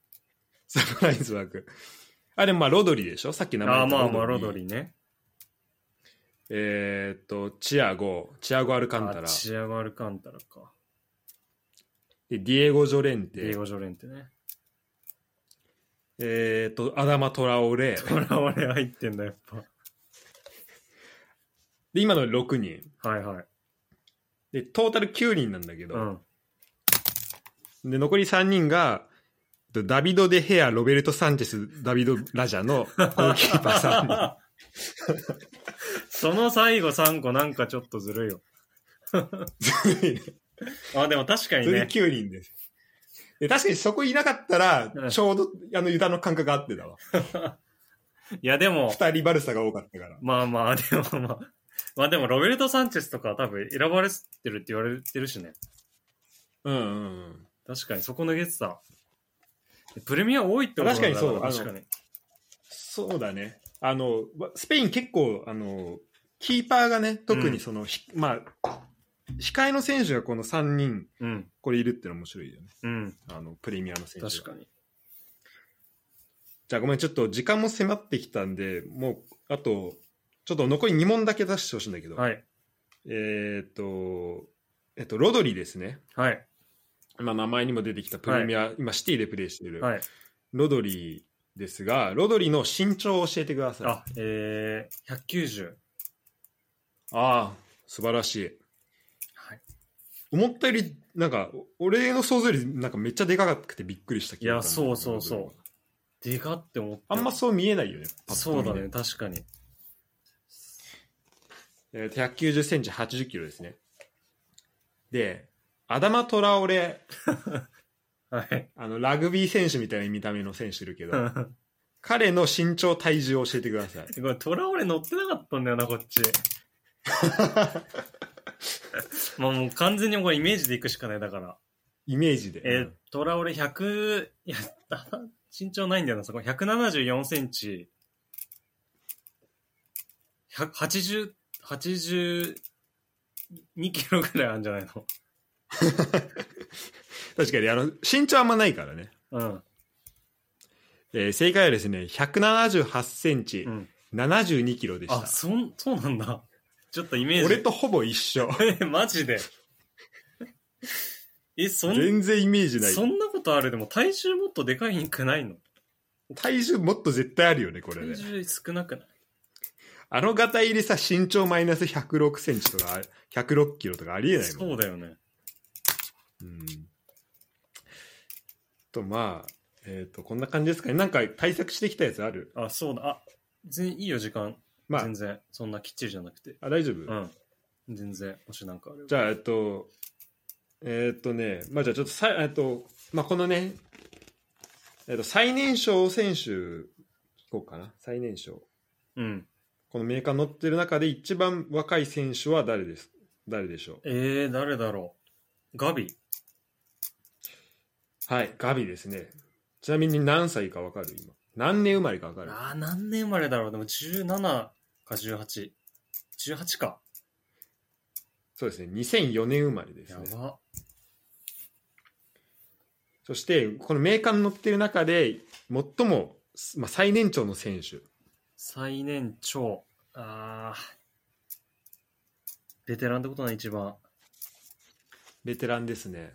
プライズ枠。あれ、まあ、ロドリでしょさっき名前ああ、言ったまあまあ、ロドリね。えーっと、チアゴ、チアゴ・アルカンタあラ、チアゴ・アルカンタラか。でディエゴ・ジョレンディエテ、ゴ・ジョレンってね。えーっと、アダマ・トラオレ、トラオレ入ってんだ、やっで、今の6人。ぱ。はいはい。で、トータル9人なんだけうど、ん。で、残り3人が、えっとダビド・デ・ヘア、ロベルト・サンチェス、ダビド・ラジャのゴールキーパー3人。 その最後3個なんかちょっとずるいよ。あ、でも確かそにれでね。 9人です。で確かにそこいなかったらう、んちょうど、あの、ユダの感覚が合ってたわ。いやでも、二人バルサが多かったから。まあまあ、でもまあ。まあでも、ロベルト・サンチェスとかは多分選ばれてるって言われてるしね。うんうんうん。確かに、そこ抜けてた。プレミア多いってことなんだ確かにそうな確かに。そうだね。あの、わスペイン結構、あの、キーパーがね、特にその、ひまあ、控えの選手がこの3人、うん。これいるってのは面白いよね。うん。あの、プレミアの選手が確かに。じゃあごめん、ちょっと時間も迫ってきたんで、もう、あと、ちょっと残り2問だけ出してほしいんだけど、はい。えーっと、えっと、ロドリですね。はい。まあ、名前にも出てきたプレミア、今、シティでプレーしている、はい。ロドリですが、ロドリの身長を教えてください。あ、えー、190。ああ、素晴らしい。はい。思ったより、なんか、お俺の想像より、なんかめっちゃでかくてびっくりした気がするいやそうそうそうでかって思って。あんまそう見えないよね、パッとそ見うだね、。確かに。えーと190センチ、80キロですね。で、アダマ・トラオレ、はい。あの、ラグビー選手みたいな見た目の選手いるけ ど、彼の身長、体重を教えてください。これ、トラオレ乗ってなかったんだよな、こっ ち。まあもう完全にこれイメージでいくしかない、だから。イメージで。えー、トラオレ100、いや、 身長ないんだよな、そこ。174センチ。100 80、82キロぐらいあるんじゃないの確かに、あの、身長あんまないからね。うん。えー正解はですね、178センチう、ん。 72キロでしあ、た。そん、そうなんだ。ちょっとイメージ。俺とほぼ一緒。え、マジで。え、そん、全然イメージない。そんなことあるでも体重もっとでかいんくないの体重もっと絶対あるよね、これ体ね。重少なくないあのガタ入れさ、身長マイナス106センチとか、106キロとかありえないもん。そうだよね。うん。と、まあ、えっ、と、こんな感じですかね。なんか対策してきたやつあるあ、そうだ。あ、全然いいよ、時間。まあ全、然。そんなきっちりじゃなくて。あ大丈夫、うん。全然、もしなんかあれば。じゃあ、えっと、えっとね、まあじゃあちょっとさ、えっと、まあこのね、えっと、最年少選手、聞こうかな。最年少。うん。このメーカーに載ってる中で一番若い選手は誰です誰でしょうえー、誰だろう。ガビ。はい、ガビですね。ちなみに何歳かわかる今。何年生まれかわかるあー、何年生まれだろう。でも17か18。18か。そうですね、2004年生まれですやね。ば。そして、このメーカーに載ってる中で、最も、まあ、最年長の選手。最年長。あー。ベテランってことない、一番。ベテランですね。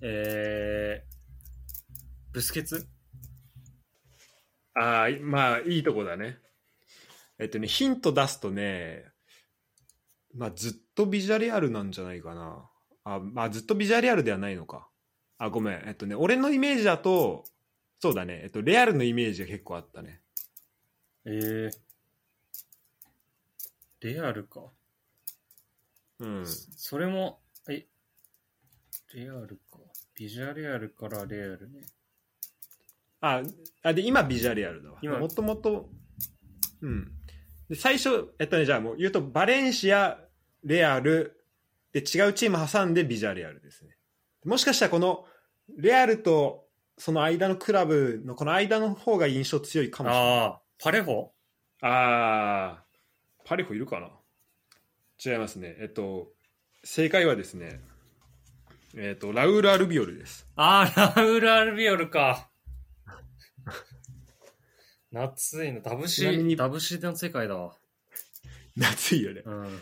えー、ブスケツああ、いまあ、いいとこだね。えっとね、ヒント出すとね、まあ、ずっとビジャレアルなんじゃないかな。あ、まあ、ずっとビジャレアルではないのか。あ、ごめん。えっとね、俺のイメージだと、そうだね。えっと、レアルのイメージが結構あったね。えー、レアルか。うん。それも、え、レアルか。ビジュアレアルからレアルね。あ、あで今ビジュアルやるだわ。今もともと、うん。で最初、えっとね、じゃあもう言うと、バレンシア、レアル、で、違うチーム挟んでビジュアルやるですね。もしかしたらこの、レアルとその間のクラブのこの間の方が印象強いかもしれない。ああ、パレホあー、パリホいるかな違いますね。えっと、正解はですね、えっ、と、ラウール・アルビオル です。あー、ラウール・アルビオルか。夏いの、ダブちなみシ、にダブシの世界だわ。夏いよね。うん。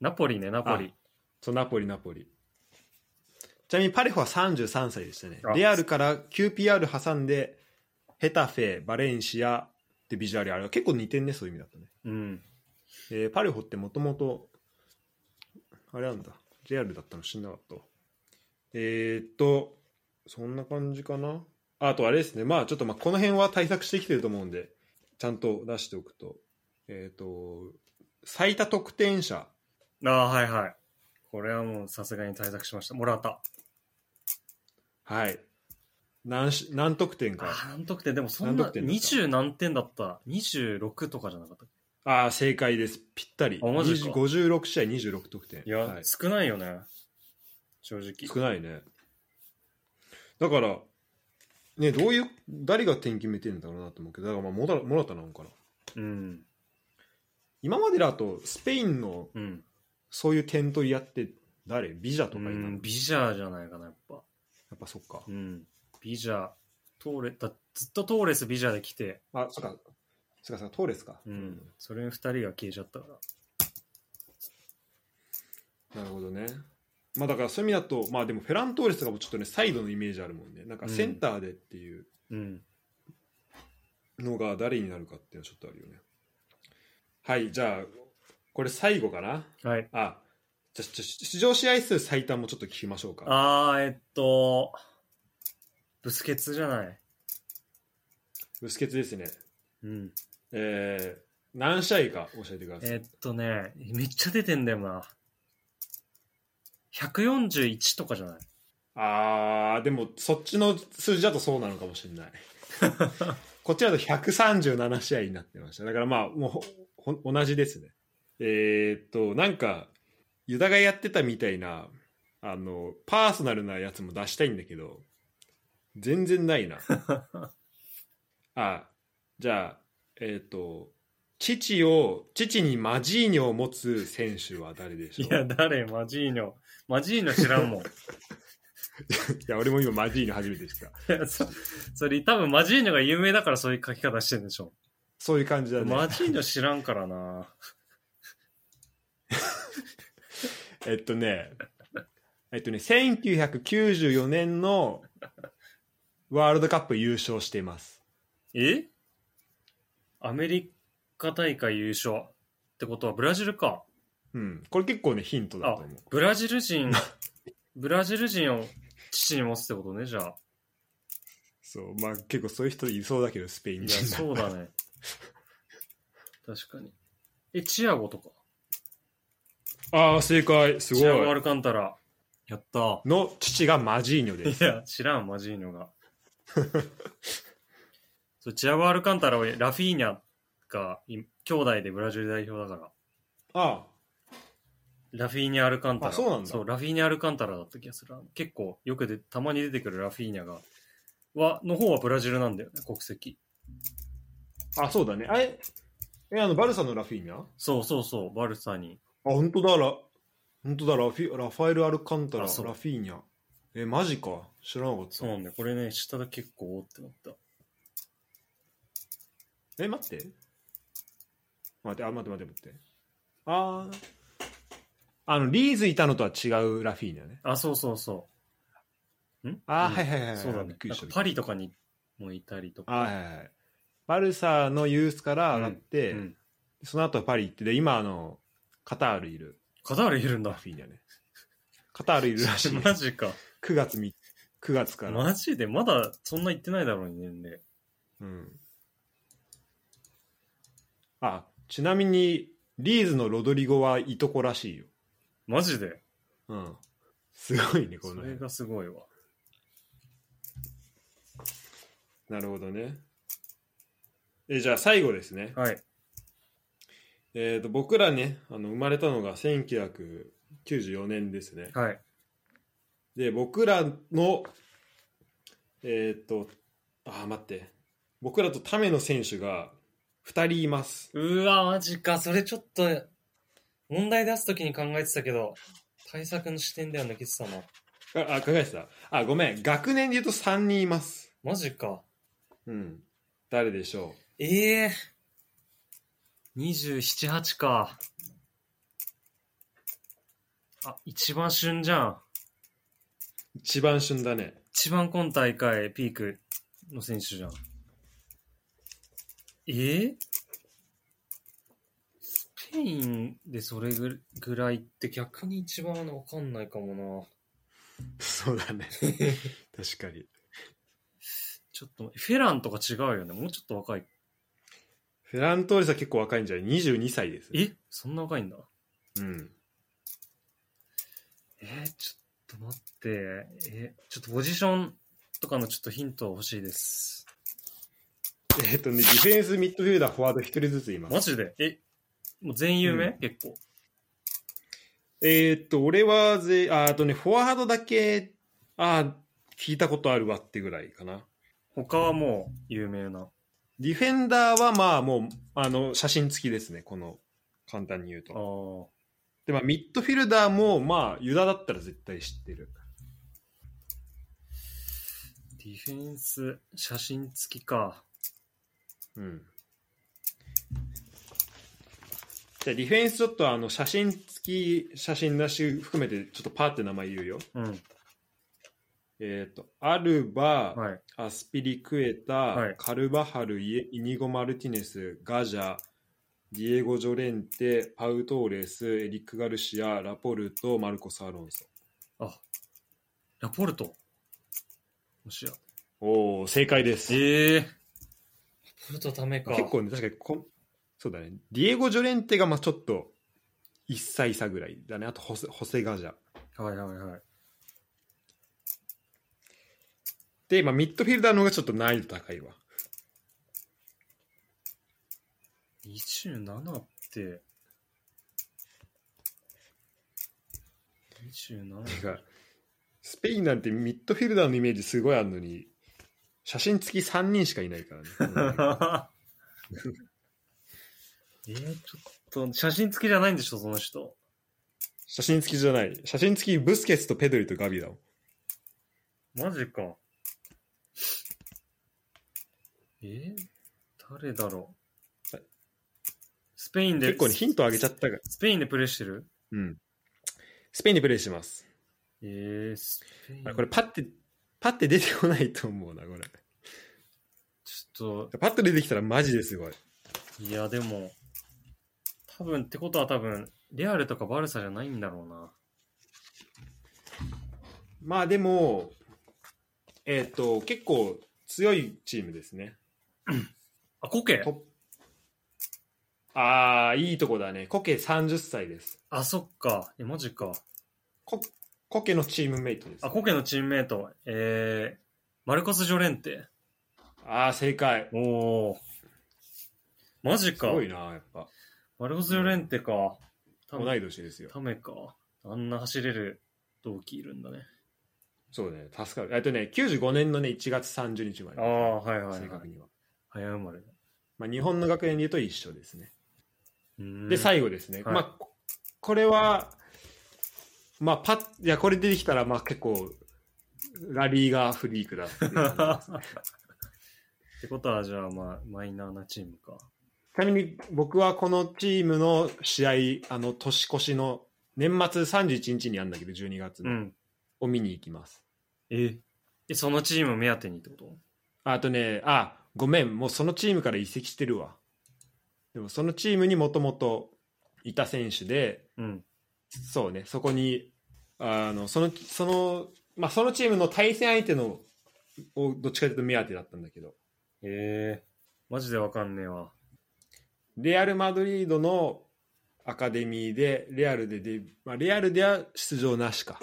ナポリね、ナポリ。そう、ナポリ、ナポリ。ちなみにパレホは33歳でしたねあ。レアルから QPR 挟んで、ヘタフェ、バレンシア、でビジュアルあれ結構似てんね、そういう意味だとね。うん。えーパレホってもともと、あれなんだ、JR だったの知んなかったわ。えーっと、そんな感じかな。あとあれですね、まあちょっとまあこの辺は対策してきてると思うんで、ちゃんと出しておくと。えーっと、最多得点者、ああ、はいはい。これはもうさすがに対策しました。もらった。はい。何し何得点あか。ー何得点でもそんな何得点だった20何点だった26とかじゃなかったああ、正解です。ぴったり。あマジか56試合26得点。いや、はい、少ないよね正直少ないね。だから、ね、どういう、誰が点決めてんだろうなと思うけど、だからまあモラ、モラタなのかな。うん今までだと、スペインのうん、そういう点取りやって誰、ビジャとうかいたの、ん、やビジャーじゃないかなやっぱっぱそっかう。んビジャートーレだずっとトーレスビジャーで来てあ、そっか。そっか、そっかトーレスか。うん、それに2人が消えちゃったからなるほどね。まあだからそういう意味だと、まあでもフェラントーレスとかもちょっとね、サイドのイメージあるもんね。なんかセンターでっていう。うんのが誰になるかっていうのはちょっとあるよねはいじゃあこれ最後かなはいあじゃあちょ出場試合数最短もちょっと聞きましょうかあーえっとブスケツじゃないブスケツですねうんえー、何試合か教えてください、えっとねめっちゃ出てんだよな141とかじゃないあーでもそっちの数字だとそうなのかもしれ ないこっちだと137試合になってましただからまあもうほほ同じですねえー、っとなんかユダがやってたみたいなあのパーソナルなやつも出したいんだけど全然ない なあじゃあえー、っと父を父にマジーニョを持つ選手は誰でしょい うや、誰マジーニョ。マジーニョ知らんもん。いいや俺も今マジーニョ初めて知ったや そそれ多分マジーニョが有名だからそういう書き方してるんでしょ。そういう感じだねマジーニョ知らんからな。えっとね、えっとね、1994年のワールドカップ優勝しています。えアメリカ大会優勝ってことはブラジルか。うん。これ結構ね、ヒントだと思う。ブラジル人、ブラジル人を父に持つってことね、じゃあ。そう、まあ結構そういう人いそうだけど、スペイいンや、人だそうだね。確かに。え、チアゴとか。ああ、正解。すごチアゴ・アい。ルカンタラ。やった。の父がマジーニョでいす。や、知らん、マジー ニョが。そうチアゴ・アルカンタラはラフィーニャがい兄弟でブラジル代表だから。あラフィーニャ・アルカンタラ。あそうなんだラフィーニャ・アルカンタラだった気がする。結構、よくで、たまに出てくるラフィーニャが、は、の方はブラジルなんだよね、国籍。あ、あそうだね。あれえ、あの、バルサのラフィーニャあ、そうそうそう、バルサに。本当だ、ラ、本当だ、ラフィ、ラファエル・アルカンタラ、あラそフうィーニャ。え、マジか。知らなかっそうなんだよ。これね、下だ結構おーってなった。た。え、待って。待って、あ、待って待って待って。あーあの、リーズいたのとは違うラフィーニャね。あ、そうそうそう。んあー、うんはいはいはいはい。そうだねびっ。くりなんしかた。パリとかにもいたりとか。あーはいはいはい。バルサのユースから上がって、うんその後パリ行って、で、今、あの、カタールいるカタールいるんラだ。フィーニャね。カタールいるらしい。マジか。 9月み、9月から。マジでまだそんな言ってないだろうに年齢。うん。あ、ちなみに、リーズのロドリゴはいとこらしいよ。マジでうん。すごいね、こそのれ辺。がすごいわ。なるほどね。え、じゃあ最後ですね。はい。えー、と僕らねあの生まれたのが1994年ですねはい。で僕らのえっ、とあー待って僕らとための選手が2人いますうわ、マジか。それちょっと、問題出すときに考えてたけど、対策の視点では抜けてたな。あ、あ考えてた。あ、ごめん。学年で言うと3人います。マジか。うん。誰でしょええ27、8か。あ、一番旬じゃん。う一番旬だね。一番今大会ピークの選手じゃん。えースペインでそれぐぐらいって逆に一番わかんないかもな。そうだね。確かに。ちょっと、フェランとか違うよね。もうちょっと若い。フェラントーレスは結構若いんじゃない ?22 歳です。えそんな若いんだ。うん。えー、ちょっと待って。えーちょっとポジションとかのちょっとヒント欲しいです。えっ、とね、ディフェンス、ミッドフィルダー、フォワード1人ずついます。マジでえもう全有名、うん結構。えーっと、俺はぜ、ああとね、フォワードだけ、あー聞いたことあるわってぐらいかな。他はもう有名な。ディフェンダーはまあもう、あの、写真付きですね、この、簡単に言うあと。ーで、まあ、ミッドフィルダーも、まあ、ユダだったら絶対知ってる。ディフェンス、写真付きか。うん。じゃあディフェンスちょっとあの、写真付き、写真なし含めて、ちょっとパーって名前言うよ。うん。えーっと、アルバ、はい。アスピリクエタ、はいカルバハル、イエイニゴ・マルティネス、ガジャ、ディエゴ・ジョレンテ、パウトーレス、エリック・ガルシア、ラポルト、マルコス・アロンソ。あ、ラポルト。もしや。おお、正解です。ええラポルトダメか。結構ね、確かにこ、そうだね、ディエゴ・ジョレンテがまあちょっと1歳差ぐらいだね、あとホセホセ・ガジャ。はいはいはい。で、まあ、ミッドフィルダーの方がちょっと難易度高いわ。 27って。27? てかスペインなんてミッドフィルダーのイメージすごいあるのに、写真付き3人しかいないからね えー、ちょっと、写真付きじゃないんでしょ、その人。写真付きじゃない。写真付きブスケツとペドリとガビだもん。マジか。えー、誰だろうはいスペインで、結構ね、ヒントあげちゃったから。スペインでプレーしてるうん。スペインでプレイしてます。えー、スペイン。あこれパッて、パッて出てこないと思うな、これ。ちょっパッと出てきたらマジですごい。と、いや、でも、多分ってことは多分、レアルとかバルサじゃないんだろうな。まあでも、えっ、と、結構強いチームですね。あ、コケトップああ、いいとこだね。コケ30歳です。あ、そっか。え、マジか。ココケのチームメイトです、あ、コケのチームメイト、えー、マルコス・ジョレンテ。ああ、正解。おー。マジすか。ごいな、やっぱ。マルコス・ジョレンテか。た同い年ですよ。ためか。あんな走れる同期いるんだね。そうね、助かる。えっとね、95年のね、1月30日まで。ああ、はいはい、正は確い。には。早生まれだ。まあ、日本の学園で言うと一緒ですね。で、後。最後ですね。はいまあ、ここれは、まあ、パッ、いや、これ出てきたら、まあ、結構、ラリーがフリークだって いう感じですね ってことは、じゃあ、まあ、マイナーなチームか。ちなみに、僕はこのチームの試合、あの、年越しの、年末31日にあるんだけど、12月うの、ん。を見に行きます。え、えそのチーム目当てにってことあとね、あ、ごめん、もうそのチームから移籍してるわ。でもそのチームにもともといた選手で、うん。そうね、そこに、あの、その、その、まあ、そのチームの対戦相手の、をどっちかというと目当てだったんだけど、ええマジでわかんねえわ。レアル・マドリードのアカデミーで、レアルでデビュー、まあ、レアルでは出場なしか。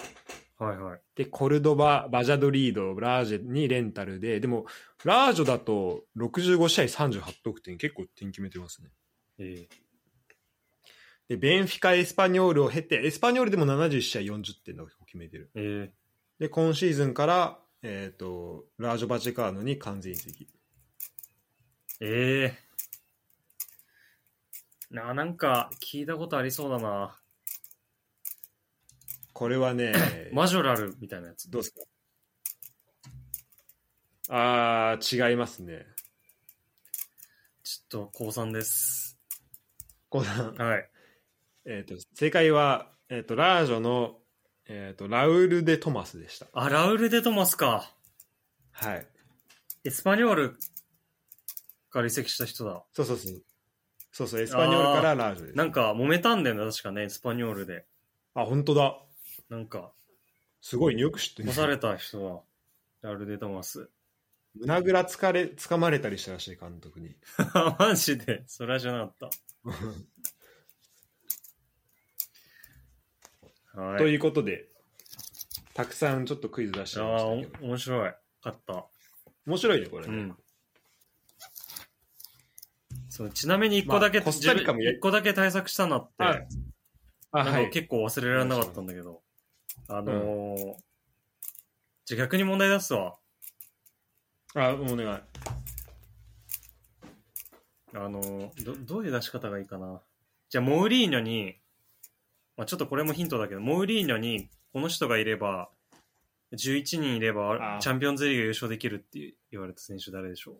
はいはい。で、コルドバ、バジャドリード、ラージェにレンタルで、でも、ラージョだと65試合38得点、結構点決めてますね。ええで、ベンフィカ、エスパニョールを経て、エスパニョールでも71試合40点の決めてる。ええで、今シーズンから、えっ、と、ラージョ・バチェカーノに完全移籍。ええなあ、なんか聞いたことありそうだな。、これはね マジョラルみたいなやつ。どうですかあー、違いますね。ちょっと、降参です。 こうなはい。えー、と正解は、えー、とラージョの、えー、とラウル・デ・トマスでした。あ、ラウル・デ・トマスか。はい。エスパニョールから移籍した人だ。そうそうそう。そうそう、エスパニョールからラージョです。なんか、揉めたんだよね、確かね、エスパニョールで。あ、本当だ。なんか、すごいね、よく知ってる干された人は、ラウル・デ・トマス。 胸ぐらつかれ、つかまれたりしたらしい、監督に。マジで、それはじゃなかった。はい。ということで、たくさんちょっとクイズ出してあみまあしたーけど、お面白い。かった。面白いね、これうね、ん。そうちなみに一個だけ、まあコスタリカもや自分一個だけ対策したなって、ああ、なんはかい。結構忘れられなかったんだけど、あのーじゃあ逆に問題出すわ。あ、お願い。あのーど、どういう出し方がいいかな。じゃあ、モウリーニョに、まあ、ちょっとこれもヒントだけど、モウリーニョに、この人がいれば、11人いればあ、ーチャンピオンズリーグ優勝できるって言われた選手誰でしょ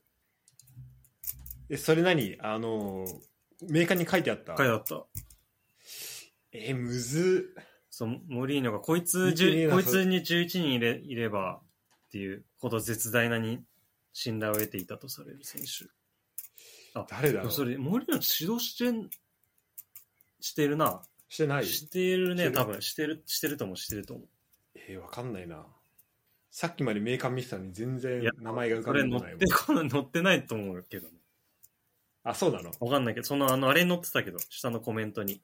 え、それ何あのー、メーカーに書いてあったう書いてあった。え、むずっ。そう、モリーノが、こいつ見てねえ10、なこいそれつに11人いれいればっていうほど絶大なに信頼を得ていたとされる選手。誰だでろもうそれ、モリーノ指導してん、してるな。してないしてるしてね、る多分。してる、してると思う、してると思う。えー、わかんないな。さっきまでメーカー見てたのに全然いや名前が浮かこんでれこ乗っないもんてこない、乗ってないと思うけどね。あ、そうなのわかんないけど、その、あの、あれに乗ってたけど、下のコメントに。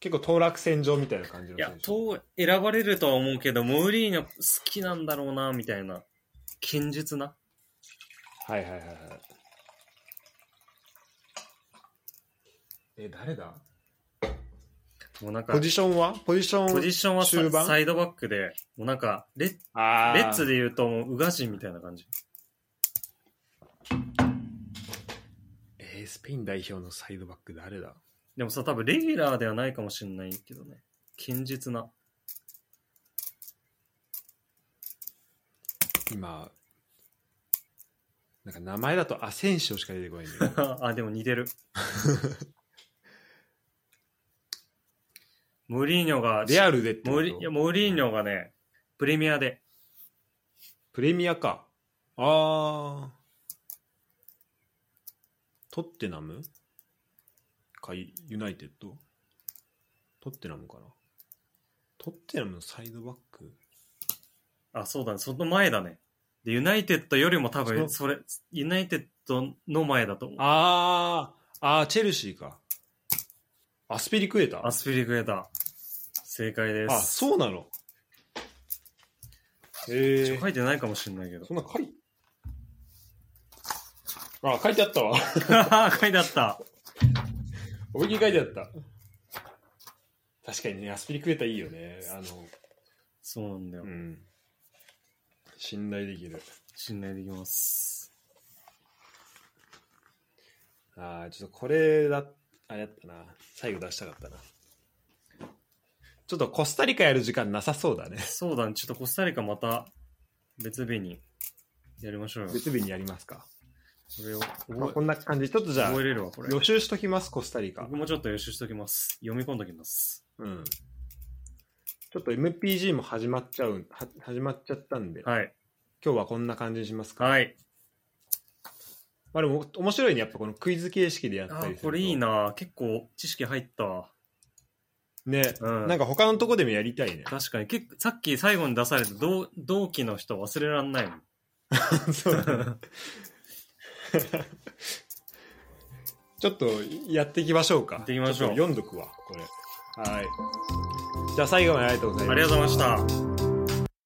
結構当落戦場みたいな感じのいや選、手と、選ばれるとは思うけど、モリーノ好きなんだろうな、みたいな。堅実な。はいはいはいはい。え、誰だもうなんかポ、ジションはポジションポジションは中サ盤サイドバックで、もうなんかレッ、あーレッツで言うと、もう、宇賀神みたいな感じ。えースペイン代表のサイドバック誰だでもさ、多分レギュラーではないかもしれないけどね。堅実な。今、なんか名前だとアセンシオしか出てこないんだよ あ、でも似 てる。モリーニョが、レアルでってこモリいやとモリーニョがね、プレミアで。プレミアか。あー。トッテナムかユナイテッドトッテナムかなトッテナムのサイドバックあ、そうだね。その前だね。で、ユナイテッドよりも多分、そそれ、ユナイテッドの前だと思う。あー、あーチェルシーか。アスピリクエタアスピリクエタ。正解です。あ、そうなのへちえょ書いてないかもしれ ないけど。そんな書いあ、書いてあったわ。 書いてあった。思いっきり書いてあった。確かにね、アスピリクエタいいよね。あの、そうなんだよう。ん。信頼できる。信頼できます。ああ、ちょっとこれだ、あれだったな。最後出したかったな。ちょっとコスタリカやる時間なさそうだね。そうだね。ちょっとコスタリカまた別日にやりましょうよ。こ別日にやりますか。れをまあ、覚こんな感じ。ちょっとえじゃあ覚え、れるわ、これ。予習しときます、コスタリカ僕。もちょっと予習しておきます。読み込んでおきます。うん。ちょっと MPG も始まっちゃう、は始まっちゃったんで、はい。今日はこんな感じにしますか。はい。まあでも面白いね、やっぱこのクイズ形式でやっあたりするー、と。これいいな。結構知識入ったわ。ね、うんなんか他のとこでもやりたいね。確かに。結構さっき最後に出された同同期の人忘れらんないもん。 そうだねちょっとやっていきましょうか。やっていきましょちっとう読んどくわ、これ。はい。じゃあ最後までありがとうございまあしりたがとうございました。